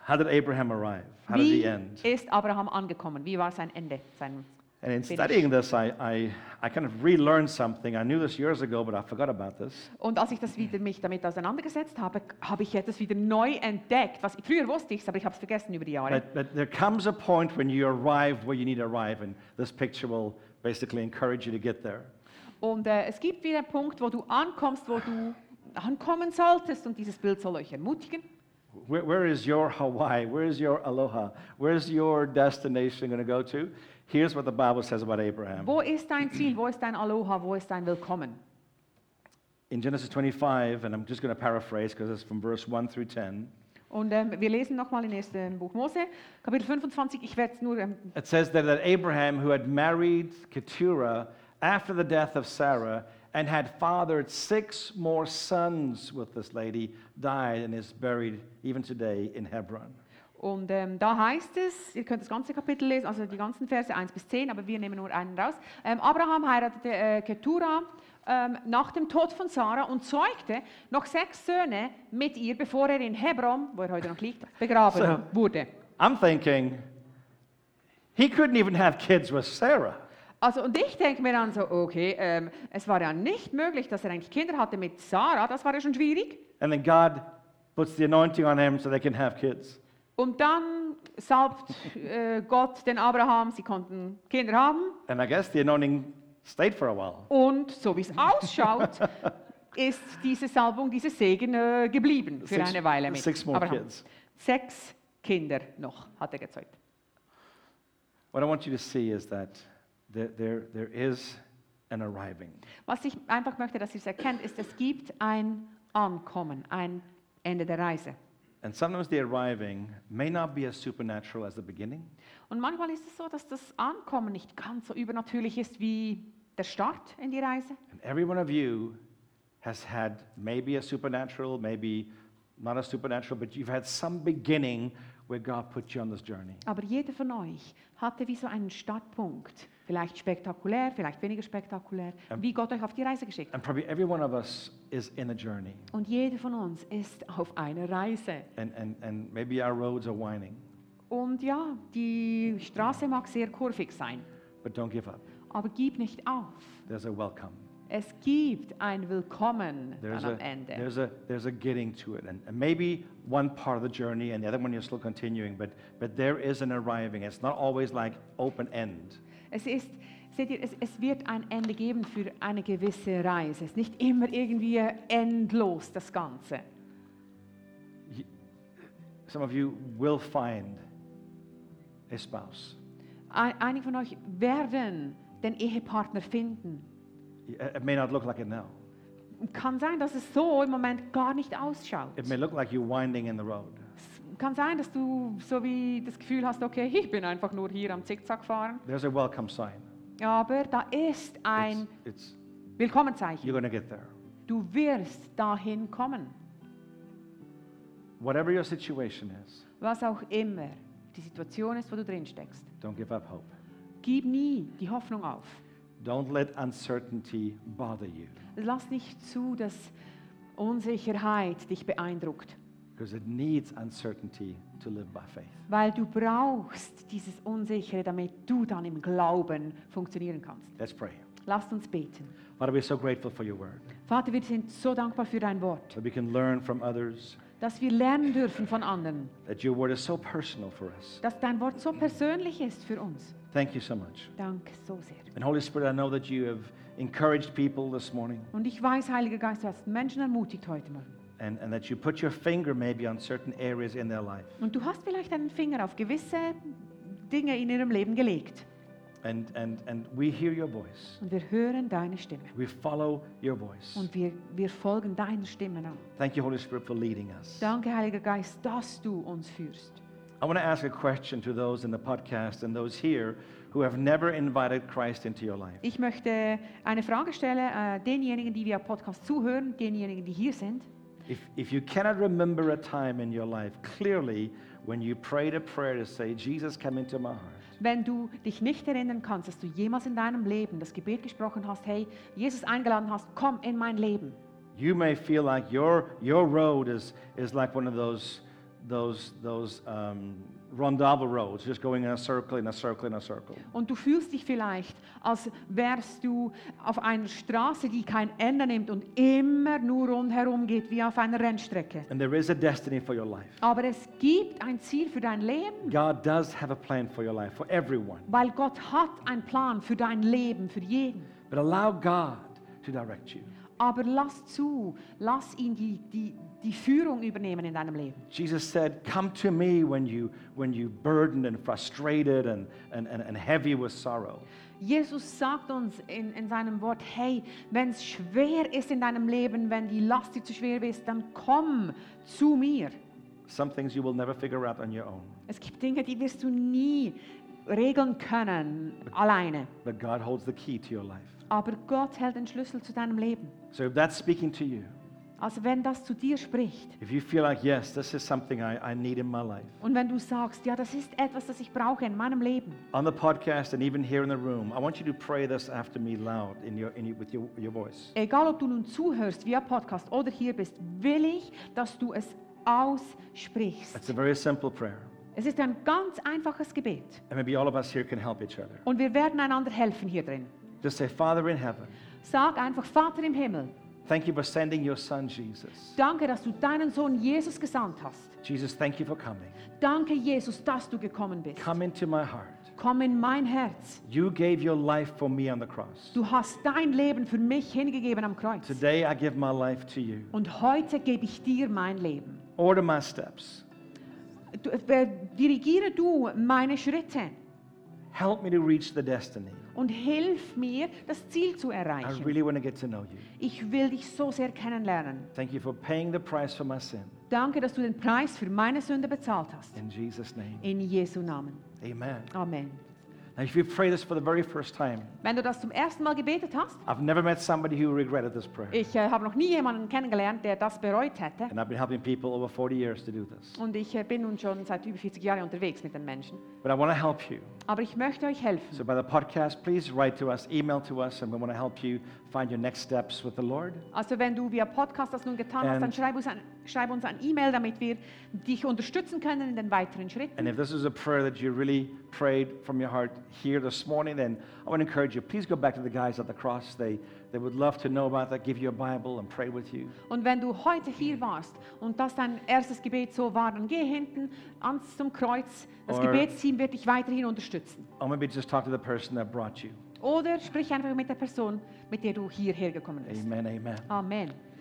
[SPEAKER 1] How did Abraham arrive? How did
[SPEAKER 2] Wie
[SPEAKER 1] he end?
[SPEAKER 2] ist Abraham angekommen? Wie war sein Ende? Sein
[SPEAKER 1] And in
[SPEAKER 2] finish.
[SPEAKER 1] studying this, I, I, I kind of relearned something. I knew this years ago, but I forgot about this.
[SPEAKER 2] und als ich das wieder mich damit auseinandergesetzt habe, habe ich etwas wieder neu entdeckt. Was früher wusste ich es, aber ich habe es vergessen über die Jahre.
[SPEAKER 1] But, but there comes a point when you arrive where you need to arrive, and this picture will basically encourage you to get there.
[SPEAKER 2] Und äh, es gibt wieder einen Punkt, wo du ankommst, wo du ankommen solltest. Und dieses Bild soll euch ermutigen.
[SPEAKER 1] Where, where is your Hawaii? Where is your aloha? Where's your destination going to go to? Here's what the Bible says about Abraham.
[SPEAKER 2] Wo ist dein Ziel? Wo ist dein Aloha? Wo ist dein Willkommen?
[SPEAKER 1] In Genesis 25, and I'm just going to paraphrase because it's from verse 1 through 10,
[SPEAKER 2] Und ähm, wir lesen nochmal in 1. Buch Mose, Kapitel 25. Ich werde es nur ähm,
[SPEAKER 1] it says that, that Abraham, who had married Keturah after the death of Sarah and had fathered six more sons with this lady, died and is buried even today in Hebron.
[SPEAKER 2] Und ähm, da heißt es, ihr könnt das ganze Kapitel lesen, also die ganzen Verse 1 bis 10, aber wir nehmen nur einen raus. Ähm, Abraham heiratete äh, Ketura ähm, nach dem Tod von Sarah und zeugte noch sechs Söhne mit ihr, bevor er in Hebron, wo er heute noch liegt, begraben
[SPEAKER 1] So.
[SPEAKER 2] wurde.
[SPEAKER 1] I'm thinking, he couldn't even have kids with Sarah.
[SPEAKER 2] Also und ich denke mir dann so, okay, ähm, es war ja nicht möglich, dass er eigentlich Kinder hatte mit Sarah, das war ja schon schwierig.
[SPEAKER 1] And then God puts the anointing on him so they can have kids.
[SPEAKER 2] Und dann salbt äh, Gott den Abraham, sie konnten Kinder haben.
[SPEAKER 1] And I guess the anointing stayed for a while.
[SPEAKER 2] Und so wie es ausschaut, ist diese Salbung, dieser Segen äh, geblieben für
[SPEAKER 1] Six-
[SPEAKER 2] eine Weile mit
[SPEAKER 1] six more
[SPEAKER 2] Abraham.
[SPEAKER 1] kids.
[SPEAKER 2] Sechs Kinder noch hat er gezeugt.
[SPEAKER 1] What I want you to see is that there, there, there is an arriving.
[SPEAKER 2] Was ich einfach möchte, dass ihr es erkennt, ist, es gibt ein Ankommen, ein Ende der Reise.
[SPEAKER 1] And sometimes the arriving may not be as supernatural as the beginning,
[SPEAKER 2] Und manchmal ist es so, dass das Ankommen nicht ganz so übernatürlich ist wie der Start in die Reise.
[SPEAKER 1] And every one of you has had maybe a supernatural, maybe not a supernatural, but you've had some beginning where God put you on this journey.
[SPEAKER 2] Aber jeder von euch hatte wie so einen Startpunkt. Vielleicht spektakulär, vielleicht weniger spektakulär,
[SPEAKER 1] Ähm.
[SPEAKER 2] wie Gott euch auf die Reise geschickt hat.
[SPEAKER 1] And probably every one of us is in a journey.
[SPEAKER 2] Und jeder von uns ist auf einer Reise.
[SPEAKER 1] And, and, and maybe our roads are winding,
[SPEAKER 2] Und ja, die Straße mag sehr kurvig sein,
[SPEAKER 1] but don't give up.
[SPEAKER 2] aber gib nicht auf.
[SPEAKER 1] There's a welcome.
[SPEAKER 2] Es gibt ein Willkommen
[SPEAKER 1] There's
[SPEAKER 2] dann
[SPEAKER 1] a,
[SPEAKER 2] am Ende.
[SPEAKER 1] there's, a, there's a getting to it. And, and maybe one part of the journey and the other one you're still continuing, but, but there is an arriving. It's not always like open end.
[SPEAKER 2] Es ist, seht ihr, es, es wird ein Ende geben für eine gewisse Reise. Es ist nicht immer irgendwie endlos das Ganze.
[SPEAKER 1] Y- Some of you will find a spouse.
[SPEAKER 2] Ein, einige von euch werden den Ehepartner finden.
[SPEAKER 1] It it may not look like it now.
[SPEAKER 2] Kann sein, dass es so im Moment gar nicht ausschaut.
[SPEAKER 1] It may look like you're winding in the road.
[SPEAKER 2] Es kann sein, dass du so wie das Gefühl hast, okay, ich bin einfach nur hier am Zickzack fahren.
[SPEAKER 1] There's a welcome sign.
[SPEAKER 2] Aber da ist
[SPEAKER 1] It's,
[SPEAKER 2] ein
[SPEAKER 1] it's-
[SPEAKER 2] Willkommenzeichen.
[SPEAKER 1] you're going to get there.
[SPEAKER 2] Du wirst dahin kommen,
[SPEAKER 1] Whatever your situation is,
[SPEAKER 2] was auch immer die Situation ist, wo du drin steckst.
[SPEAKER 1] don't give up hope.
[SPEAKER 2] Gib nie die Hoffnung auf.
[SPEAKER 1] Don't let uncertainty bother you
[SPEAKER 2] Lass nicht zu, dass Unsicherheit dich beeindruckt,
[SPEAKER 1] because it needs uncertainty to live by faith.
[SPEAKER 2] weil du brauchst dieses Unsichere, damit du dann im Glauben funktionieren kannst.
[SPEAKER 1] Let's pray.
[SPEAKER 2] Lasst uns beten.
[SPEAKER 1] Father, we're so grateful for your word
[SPEAKER 2] Vater, wir sind so dankbar für dein Wort,
[SPEAKER 1] that we can learn from others,
[SPEAKER 2] dass wir lernen dürfen von anderen,
[SPEAKER 1] that your word is so personal for us.
[SPEAKER 2] dass dein Wort so persönlich ist für uns.
[SPEAKER 1] Thank you so much.
[SPEAKER 2] Danke so sehr.
[SPEAKER 1] And Holy Spirit, I know that you have encouraged people this morning
[SPEAKER 2] Und ich weiß, Heiliger Geist, du hast Menschen ermutigt heute Morgen.
[SPEAKER 1] and, and that you put your finger maybe on certain areas in their life.
[SPEAKER 2] Und du hast vielleicht einen Finger auf gewisse Dinge in ihrem Leben gelegt.
[SPEAKER 1] And, and, and we hear your voice.
[SPEAKER 2] Und wir hören deine Stimme.
[SPEAKER 1] We follow your voice.
[SPEAKER 2] Und wir, wir folgen deiner Stimme nach.
[SPEAKER 1] Thank you, Holy Spirit, for leading us.
[SPEAKER 2] Danke, Heiliger Geist, dass du uns führst.
[SPEAKER 1] I want to ask a question to those in the podcast and those here who have never invited Christ into your life.
[SPEAKER 2] Ich möchte eine Frage stellen äh, denjenigen, die via Podcast zuhören, denjenigen, die hier sind.
[SPEAKER 1] If, if you cannot remember a time in your life clearly when you prayed a prayer to say, Jesus, come into my heart,
[SPEAKER 2] Wenn du dich nicht erinnern kannst, dass du jemals in deinem Leben das Gebet gesprochen hast, hey, Jesus eingeladen hast, komm in mein Leben.
[SPEAKER 1] you may feel like your, your road is, is like one of those, those, those um, rondava roads, just going in a circle, in a circle, in a circle.
[SPEAKER 2] Und du fühlst dich vielleicht, als wärst du auf einer Straße, die kein Ende nimmt und immer nur rundherum geht, wie auf einer Rennstrecke.
[SPEAKER 1] And there is a destiny for your life.
[SPEAKER 2] Aber es gibt ein Ziel für dein Leben.
[SPEAKER 1] God does have a plan for your life, for everyone.
[SPEAKER 2] Weil Gott hat einen Plan für dein Leben, für jeden.
[SPEAKER 1] But allow God to direct you.
[SPEAKER 2] Aber lass zu, lass ihn die, die, die Führung übernehmen in deinem Leben.
[SPEAKER 1] Jesus said, Come to me when you when you burdened and frustrated and, and, and, and heavy with sorrow.
[SPEAKER 2] Jesus sagt uns in, in seinem Wort, hey, wenn es schwer ist in deinem Leben, wenn die Last dir zu schwer ist, dann komm zu mir.
[SPEAKER 1] Some things you will never figure out on your own.
[SPEAKER 2] Es gibt Dinge, die wirst du nie regeln können alleine.
[SPEAKER 1] But God holds the key to your life.
[SPEAKER 2] Aber Gott hält den Schlüssel zu deinem Leben.
[SPEAKER 1] So if that's speaking to you,
[SPEAKER 2] Also wenn das zu dir spricht
[SPEAKER 1] if you feel like, yes, this is something I, I need in my life,
[SPEAKER 2] und wenn du sagst, ja, das ist etwas, das ich brauche in meinem Leben,
[SPEAKER 1] on the podcast and even here in the room, I want you to pray this after me loud in your, in your, with your, your voice.
[SPEAKER 2] Egal, ob du nun zuhörst via Podcast oder hier bist, will ich, dass du es aussprichst.
[SPEAKER 1] Also- It's a very simple prayer.
[SPEAKER 2] Es ist ein ganz einfaches Gebet.
[SPEAKER 1] And maybe all of us here can help each other.
[SPEAKER 2] Und wir werden einander helfen hier drin.
[SPEAKER 1] Just say, Father in heaven,
[SPEAKER 2] Sag einfach, Vater im Himmel,
[SPEAKER 1] thank you for sending your son Jesus.
[SPEAKER 2] danke, dass du deinen Sohn Jesus gesandt hast.
[SPEAKER 1] Jesus, thank you for coming.
[SPEAKER 2] Danke, Jesus, dass du gekommen bist.
[SPEAKER 1] Come into my heart.
[SPEAKER 2] Komm in mein Herz.
[SPEAKER 1] You gave your life for me on the cross.
[SPEAKER 2] Du hast dein Leben für mich hingegeben am Kreuz.
[SPEAKER 1] Today I give my life to you.
[SPEAKER 2] Und heute gebe ich dir mein Leben.
[SPEAKER 1] Order my steps.
[SPEAKER 2] Du, äh, dirigiere du meine Schritte
[SPEAKER 1] Help me to reach the destiny.
[SPEAKER 2] und hilf mir, das Ziel zu
[SPEAKER 1] I
[SPEAKER 2] erreichen.
[SPEAKER 1] really want to get to know you.
[SPEAKER 2] Ich will dich so sehr kennenlernen.
[SPEAKER 1] Thank you for paying the price for my sin.
[SPEAKER 2] Danke, dass du den Preis für meine Sünde bezahlt hast.
[SPEAKER 1] In Jesus' name.
[SPEAKER 2] In Jesu Namen.
[SPEAKER 1] Amen.
[SPEAKER 2] Amen.
[SPEAKER 1] Now, if you pray this for the very first time,
[SPEAKER 2] Wenn du das zum ersten Mal gebetet hast,
[SPEAKER 1] I've never met somebody who regretted this prayer.
[SPEAKER 2] ich äh, habe noch nie jemanden kennengelernt, der das bereut hätte.
[SPEAKER 1] And I've been helping people over 40 years to do this.
[SPEAKER 2] Und ich äh, bin nun schon seit über 40 Jahren unterwegs mit den Menschen.
[SPEAKER 1] But I want to help you.
[SPEAKER 2] Aber ich möchte euch helfen.
[SPEAKER 1] So, by the podcast, please write to us, email to us, and we want to help you find your next steps with the Lord.
[SPEAKER 2] Also wenn du via Podcast das nun getan hast,
[SPEAKER 1] And-
[SPEAKER 2] dann schreib uns an, schreib uns an E-Mail, damit wir dich unterstützen können in den weiteren Schritten.
[SPEAKER 1] And if this is a prayer that you really prayed from your heart here this morning, then I want to encourage you, please go back to the guys at the cross. They, they would love to know about that, give you a Bible, and pray with you.
[SPEAKER 2] Und wenn du heute hier warst und das dein erstes Gebet so war, dann geh hinten ans zum Kreuz. Das
[SPEAKER 1] Or-
[SPEAKER 2] Gebetsteam wird dich weiterhin unterstützen.
[SPEAKER 1] Or maybe just talk to the person that brought you.
[SPEAKER 2] Oder sprich einfach mit der Person, mit der du hierher gekommen bist.
[SPEAKER 1] Amen, amen.
[SPEAKER 2] Amen.